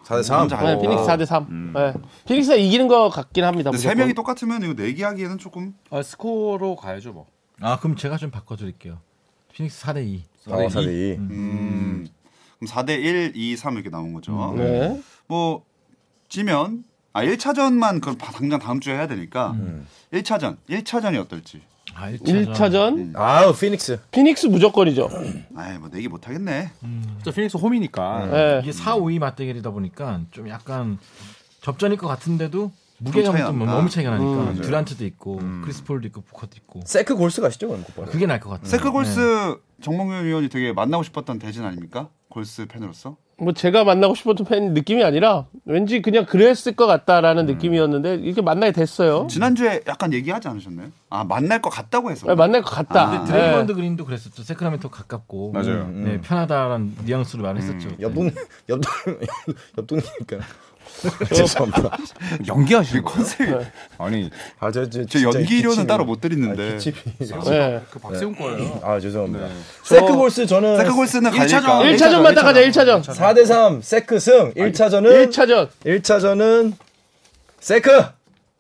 S5: 4대 3.
S1: 혼자
S2: 네, 피닉스 4대3. 네. 피닉스가 이기는 것 같긴 합니다.
S1: 음. 근데 세
S2: 무조건.
S1: 명이 똑같으면 이거 내기하기에는 조금
S4: 아, 스코어로 가야죠, 뭐.
S3: 아, 그럼 제가 좀 바꿔 드릴게요. 피닉스 4대 2.
S5: 4대 2.
S1: 음. 그럼 4대 1, 2, 3 이렇게 나온
S5: 음,
S1: 거죠.
S2: 네.
S1: 뭐 지면 아 1차전만 그럼 바- 당장 다음 주에 해야 되니까 1차전, 1차전이 어떨지.
S3: 아, 1차전.
S1: 음.
S2: 1차전.
S5: 아우 피닉스.
S2: 피닉스 무조건이죠.
S1: 아이 뭐 내기 못 하겠네.
S5: 음,
S4: 저 피닉스 홈이니까.
S2: 네.
S3: 이게 4, 5위 맞대결이다 보니까 좀 약간 접전일 것 같은데도 무게감이
S1: 차이
S3: 좀
S1: 난다.
S3: 너무 차이가 나니까 음, 네. 듀란트도 있고 크리스폴도 있고 부커도 있고
S5: 세크 골스 가시죠, 그럼 곧바로.
S3: 그게 날 것 같아요. 네.
S1: 세크 골스
S5: 네.
S1: 정몽균 위원이 되게 만나고 싶었던 대진 아닙니까? 골스 팬으로서.
S2: 뭐 제가 만나고 싶었던 팬 느낌이 아니라 왠지 그냥 그랬을 것 같다라는
S1: 음.
S2: 느낌이었는데 이렇게 만나게 됐어요.
S1: 지난주에 약간 얘기하지 않으셨나요? 아 만날 것 같다고 해서.
S2: 네, 만날 것 같다.
S1: 아,
S2: 네.
S3: 드레이먼드 그린도 그랬었죠. 세크라멘토 가깝고 맞아요. 음. 네, 편하다라는 뉘앙스로 말했었죠.
S5: 옆동 (laughs) 옆동 옆동이니까. 죄송합니다.
S4: 연기하시는 거예요? 아니,
S5: 아, 저, 저,
S1: 제
S5: 진짜
S1: 연기료는
S5: 기침이-
S1: 따로 못
S5: 아,
S1: 드리는데. 네.
S5: 기침이.
S2: 네.
S4: 그 박세훈 거예요.
S5: 아, 죄송합니다. 세크 골스 저는
S1: 세크 골스는
S4: 아,
S1: 갈릴까?
S2: 1차전만 딱 가자, 1차전.
S5: 4대 3 세크 승. 1차전은
S2: 1차전.
S5: 1차전은 세크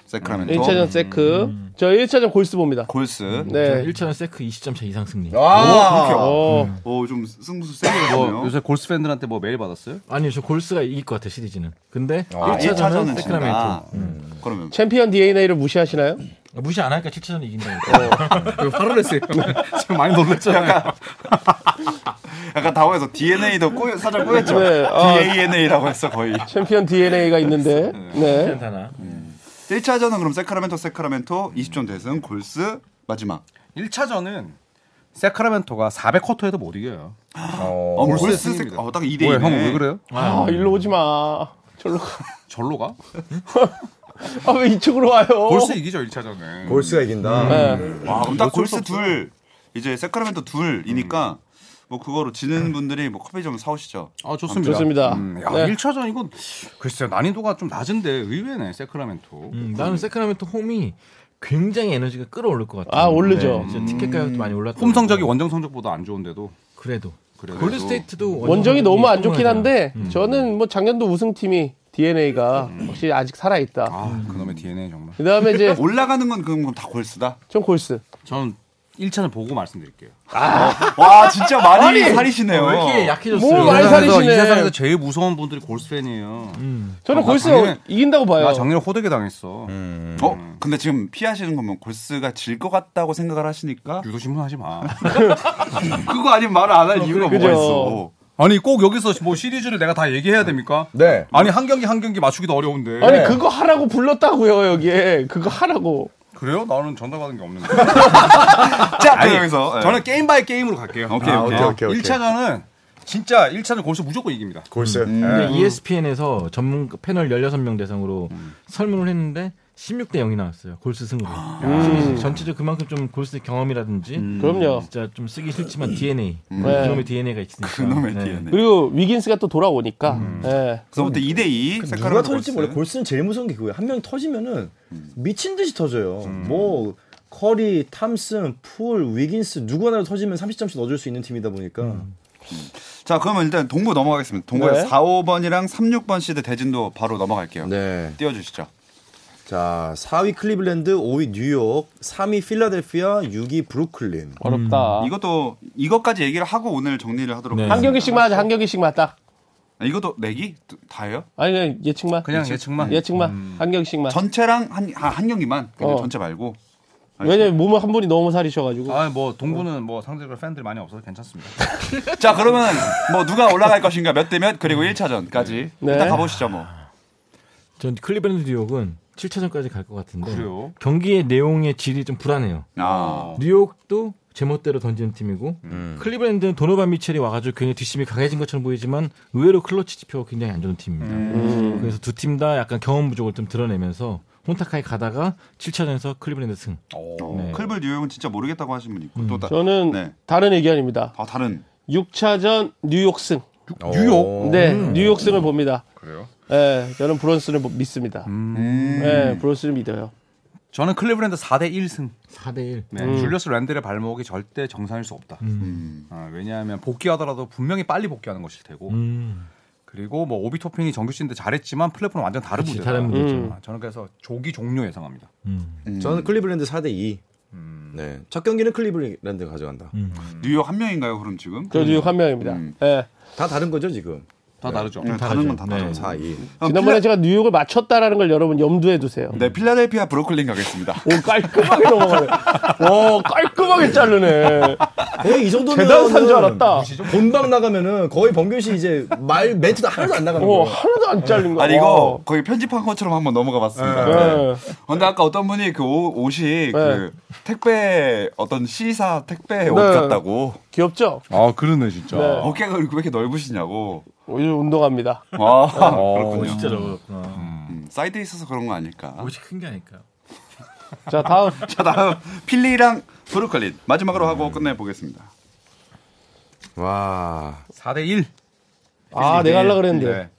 S1: 세크라멘토.
S4: 음.
S2: 1차전 세크. 저 1차전 골스 봅니다.
S1: 골스.
S2: 네.
S3: 1차전 세크 20점 차 이상 승리.
S2: 어,
S1: 오, 좀 승부수 세게
S4: 뭐
S1: 되네요.
S4: 요새 골스 팬들한테 뭐 메일 받았어요?
S3: 아니요, 저 골스가 이길 것 같아 시리즈는. 근데
S1: 아,
S3: 1차전은
S1: 1차전은
S3: 세크라멘토.
S1: 진다. 그러면
S2: 챔피언 DNA를 무시하시나요?
S3: 아, 무시 안 하니까 7차전 이긴다니까.
S4: 그 화를 냈어요. (laughs) 지금 많이 놀랐잖아요.
S1: 약간 당황해서 DNA도 꼬여, 살짝 꼬였죠.
S2: 네, 아.
S1: DANA라고 했어 거의.
S2: 챔피언 DNA가
S4: (laughs)
S2: 있는데. 네.
S3: 괜찮아.
S1: 1차전은 그럼 세크라멘토 세크라멘토 20점 대승 골스 마지막.
S4: 1차전은 세크라멘토가 400쿼터에도 못 이겨요.
S1: 어, 골스 세, 어, 딱 2대 2네.
S4: 왜 형 왜 그래요?
S2: 아, 일로 오지 마. 절로 가.
S4: 절로 가?
S2: 아, 왜 이쪽으로 와요?
S4: 골스 이기죠 1차전은.
S9: 골스가 이긴다.
S2: 네.
S1: 와, 그럼 딱 골스 둘 이제 세크라멘토 둘이니까 뭐 그거로 지는 분들이 뭐 커피 좀 사오시죠.
S4: 아 좋습니다.
S2: 좋습니다.
S4: 음, 야,
S2: 네.
S4: 1차전 이건 글쎄요 난이도가 좀 낮은데 의외네 세크라멘토.
S3: 음, 나는 세크라멘토 홈이 굉장히 에너지가 끌어올릴 것 같아.
S2: 아, 오르죠.
S3: 티켓 가격도 많이 올랐다.
S4: 홈 성적이 원정 성적보다 안 좋은데도
S3: 그래도.
S4: 그래도. 음.
S3: 골드스테이트도
S2: 원정이 너무 안 좋긴
S3: 성공하잖아.
S2: 한데 저는 뭐 작년도 우승팀이 DNA가 확실히 아직 살아 있다.
S4: 음. 아 그놈의 DNA 정말.
S2: 그다음에 이제
S1: 올라가는 건 그럼 그럼 다 골스다.
S2: 전 골스.
S4: 저는 1차전 보고 말씀드릴게요.
S1: 와, 진짜 많이 살이시네요.
S3: 왜 이렇게 약해졌어요?
S2: 뭘뭐 많이
S4: 그래서 아, 이
S2: 살리시네.
S4: 세상에서 제일 무서운 분들이 골스 팬이에요.
S2: 저는
S4: 아,
S2: 골스
S4: 작년에-
S2: 이긴다고 봐요.
S4: 나 작년에 호되게 당했어.
S1: 어, 근데 지금 피하시는 거면 골스가 질 것 같다고 생각을 하시니까
S4: 유도신문 하지 마.
S1: 그거 아니면 말을 안 할 이유가
S2: 그죠.
S1: 뭐가 있어.
S4: 아니 꼭 여기서 뭐 시리즈를 내가 다 얘기해야 됩니까?
S9: 네.
S4: 아니 한 경기 한 경기 맞추기도 어려운데.
S2: 아니 그거 하라고 불렀다고요 여기에 그거 하라고.
S4: 그래요? 나는 전달 받은 게 없는데.
S1: 자, 그럼 여기서 예.
S4: 저는 게임 바이 게임으로 갈게요. 아,
S1: 오케이, 오케이.
S9: 오케이, 오케이, 오케이.
S4: 1차전은 진짜 1차전 골스 무조건 이깁니다.
S9: 골스.
S1: 음.
S4: 네.
S3: 근데 ESPN에서 전문 패널 16명 대상으로
S4: 음.
S3: 설문을 했는데 16대 0이 나왔어요. 골스 승으로.
S4: 아.
S3: 아. 시리즈 전체적 그만큼 좀 골스 경험이라든지
S4: 음.
S2: 그럼요.
S3: 진짜 좀 쓰기 싫지만 DNA.
S2: 네.
S3: 그놈의 DNA가 있으니까.
S1: 그놈의
S3: 네.
S1: DNA.
S2: 그리고 위긴스가 또 돌아오니까.
S4: 음.
S2: 예.
S1: 그래서부터 2대 2
S9: 누가
S1: 세카라로
S9: 터질지 몰라. 골스는 제일 무서운 게 그거야. 한 명이 터지면은
S1: 음.
S9: 미친 듯이 터져요. 뭐 커리, 탐슨, 풀, 위긴스 누구 하나로 터지면 30점씩 넣어줄 수 있는 팀이다 보니까
S1: 자, 그러면 일단 동부 넘어가겠습니다. 동부의
S2: 네.
S1: 4, 5번이랑 3, 6번 시드 대진도 바로 넘어갈게요.
S9: 네.
S1: 띄워 주시죠.
S9: 자, 4위 클리블랜드, 5위 뉴욕, 3위 필라델피아, 6위 브루클린.
S1: 음.
S2: 어렵다.
S1: 이것도 이것까지 얘기를 하고 오늘 정리를 하도록
S3: 네.
S2: 아. 한
S1: 하겠습니다.
S2: 경기씩만 하자 한 경기씩만 딱.
S1: 아, 이것도 내기 다예요?
S2: 아니 그냥 예측만.
S4: 그냥 예측만.
S2: 예측만 한 경기씩만.
S1: 전체랑 한, 아, 한 경기만 그냥
S2: 어.
S1: 전체 말고
S2: 왜냐면 몸을 한 분이 너무 살이셔가지고.
S4: 아 뭐 동부는 뭐 상대적으로 팬들이 많이 없어서 괜찮습니다.
S1: 자 그러면 뭐 누가 올라갈 것인가 몇 대 몇 그리고 1차전까지
S2: 네.
S1: 일단 가보시죠 뭐
S3: 전 클리브랜드 뉴욕은 7차전까지 갈 것 같은데
S4: 그래요?
S3: 경기의 내용의 질이 좀 불안해요.
S1: 아.
S3: 뉴욕도 제멋대로 던지는 팀이고 클리브랜드는 도노반 미첼이 와가지고 굉장히 뒷심이 강해진 것처럼 보이지만 의외로 클러치 지표가 굉장히 안 좋은 팀입니다. 그래서 두 팀 다 약간 경험 부족을 좀 드러내면서 혼탁하게 가다가 7차전에서 클리브랜드 승. 네.
S1: 클블 뉴욕은 진짜 모르겠다고 하신 분이 있고 또 다,
S2: 음. 저는
S1: 네.
S2: 다른 의견입니다.
S1: 아, 다른
S2: 6차전 뉴욕승.
S9: 뉴욕?
S2: 네, 뉴욕승을 봅니다.
S4: 그래요?
S2: 예, 저는 브론스를 뭐- 믿습니다. 예, 브론스를 믿어요.
S4: 저는 클리브랜드 4대 1승.
S3: 4대1.
S4: 네, 줄리어스 랜델의 발목이 절대 정상일 수 없다. 아, 왜냐하면 복귀하더라도 분명히 빨리 복귀하는 것일 테고. 음. 그리고 뭐 오비 토핑이 정규 시즌 때 잘했지만 플랫폼은 완전 다른
S3: 그치,
S4: 문제다.
S3: 다른 문제죠.
S4: 아, 저는 그래서 조기 종료 예상합니다.
S1: 음.
S9: 저는 클리블랜드 4대 2. 네. 첫 경기는 클리블랜드 가져간다.
S2: 음.
S1: 뉴욕 한 명인가요 그럼 지금? 네,
S2: 저 뉴욕 한 명입니다. 예.
S9: 다 다른 거죠, 지금.
S4: 다 다르죠.
S1: 네, 다른 건다
S3: 네.
S1: 다르죠
S9: 4, 2.
S1: 그럼
S2: 지난번에 제가 뉴욕을 맞췄다라는 걸 여러분 염두에 두세요.
S1: 네, 필라델피아 브루클린 가겠습니다.
S2: 오, 깔끔하게 넘어가네. 와, 깔끔하게 자르네.
S9: 거의
S2: (laughs)
S9: 이 정도면
S2: 계단 산 줄 알았다.
S9: 본방 나가면은 거의 범균 씨 이제 말 멘트도 하나도 안 나가는
S2: 오,
S9: 거예요.
S2: 하나도 안 잘린 거.
S1: 아니
S2: 어.
S1: 이거 거의 편집한 것처럼 한번 넘어가 봤습니다.
S2: 와.
S1: 네.
S2: 예.
S1: 근데 아까 어떤 분이 그 옷-
S2: 네.
S1: 옷이 그 택배 어떤 시사 택배 옷
S2: 네.
S1: 같다고
S2: 귀엽죠?
S4: 아 그러네 진짜.
S2: 네.
S1: 어깨가 왜 이렇게 넓으시냐고.
S2: 요즘 뭐 운동합니다.
S1: 아, 그렇군요.
S3: 진짜 저거였구나.
S1: 음, 사이드에 있어서 그런 거 아닐까.
S3: 옷이 큰 게 아닐까요?
S2: 자, 다음.
S1: 자 다음 필리랑 브루클린 마지막으로 하고 끝내 보겠습니다. 어,
S9: 와.
S4: 4대 1.
S2: 아, 내가 하려고
S1: 네.
S2: 그랬는데.
S4: 네.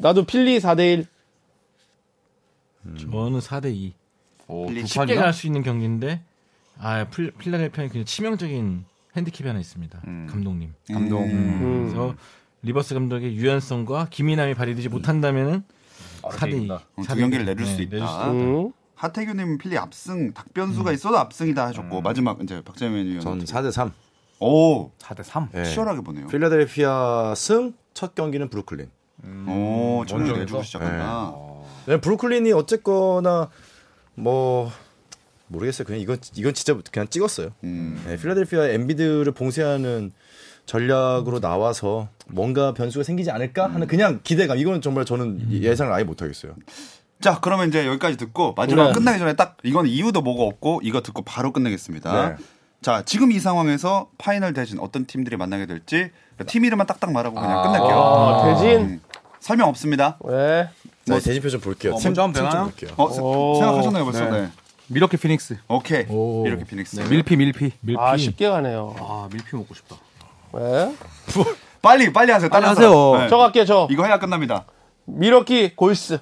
S2: 나도 필리 4대1.
S3: 저는 4대2.
S4: 오,
S1: 빌리
S4: 두
S3: 쉽게
S4: 판이나?
S3: 갈 수 있는 경기인데 아, 필, 필라델피아는 그냥 치명적인 핸디캡이 하나 있습니다. 감독님.
S1: 감동.
S3: 그래서 리버스 감독의 유연성과 기민함이 발휘되지 못한다면은 4대2.
S1: 두 경기를 네, 내줄 수 있다. 음.
S2: 음.
S1: 하태규님 필리 압승 닭변수가 있어도 압승이다 하셨고 마지막 이제 박재민 위원.
S5: 전 4대 3.
S1: 오
S4: 4대 3.
S1: 치열하게 보네요.
S5: 필라델피아 승 첫 경기는 브루클린.
S1: 오 전력이 내주고 시작한다.
S5: 왜냐면 네, 브루클린이 어쨌거나 뭐 모르겠어요. 그냥 이건 이건 진짜 그냥 찍었어요. 네, 필라델피아 엔비드를 봉쇄하는 전략으로 나와서 뭔가 변수가 생기지 않을까 하는 그냥 기대감. 이거는 정말 저는 예상을 아예 못 하겠어요.
S1: 자, 그러면 이제 여기까지 듣고 마지막 끝나기 전에 딱 이건 이유도 뭐고 없고 이거 듣고 바로 끝내겠습니다.
S5: 네.
S1: 자, 지금 이 상황에서 파이널 대신 어떤 팀들이 만나게 될지 그러니까 팀 이름만 딱딱 말하고 그냥 끝낼게요.
S2: 아, 대진?
S1: 음, 설명 없습니다.
S2: 네.
S5: 네, 대진표 좀 볼게요.
S4: 어,
S5: 팀-
S4: 먼저 하면
S5: 팀좀
S4: 되나요?
S5: 볼게요.
S1: 어, 세- 생각하셨나요 벌써? 네.
S4: 네. 미러키 피닉스. 네,
S1: 오케이.
S3: 오.
S1: 이렇게 피닉스.
S4: 밀피 밀피. 밀...
S2: 아, 쉽게 가네요.
S4: 아 밀피 먹고 싶다.
S2: 네.
S1: 빨리 빨리 하세요. 빨리
S4: 하세요.
S2: 저 갈게요, 저.
S1: 네. 이거 해야 끝납니다.
S2: 미러키 골스.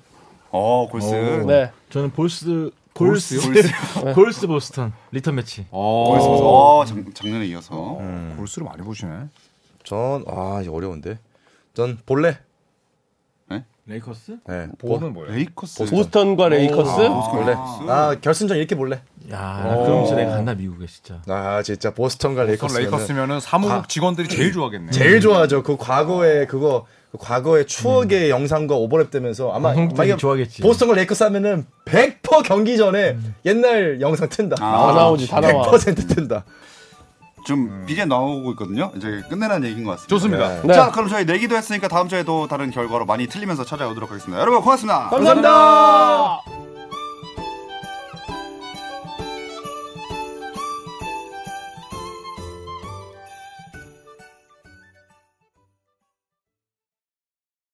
S1: 어, 골스.
S2: 네.
S3: 저는 볼스 (laughs) 볼스
S1: 골스.
S3: 골스 보스턴 리턴 매치.
S1: 골스. 어, 작, 작년에 이어서.
S4: 골수를 많이 보시네.
S5: 전, 아, 이거 어려운데. 전 볼레.
S3: 레이커스?
S5: 네.
S4: 보는 뭐예요?
S1: 레이커스.
S2: 보스턴과 레이커스.
S5: 볼레. 아, 결승전 이렇게 볼레.
S3: 야, 나 그럼 진짜 내가 간다 미국에 진짜.
S5: 아, 진짜 보스턴과
S4: 그럼
S5: 레이커스.
S4: 레이커스면은 사무국 직원들이 제일 좋아하겠네.
S5: 제일 좋아하죠. 그 과거의 그거 그 과거의 추억의 영상과 오버랩 되면서 아마
S3: 방송국들이
S5: 만약에
S3: 좋아하겠지.
S5: 보스턴과 레이커스 하면은 100% 경기 전에 옛날 영상 튼다.
S2: 다 나오지, 다 나와.
S5: 100% 튼다.
S1: 좀 비제 나오고 있거든요. 이제 끝내라는 얘기인 것 같습니다.
S4: 음. 좋습니다.
S2: 네.
S1: 자, 그럼 저희 내기도 했으니까 다음 주에도 다른 결과로 많이 틀리면서 찾아오도록 하겠습니다. 여러분 고맙습니다.
S2: 감사합니다.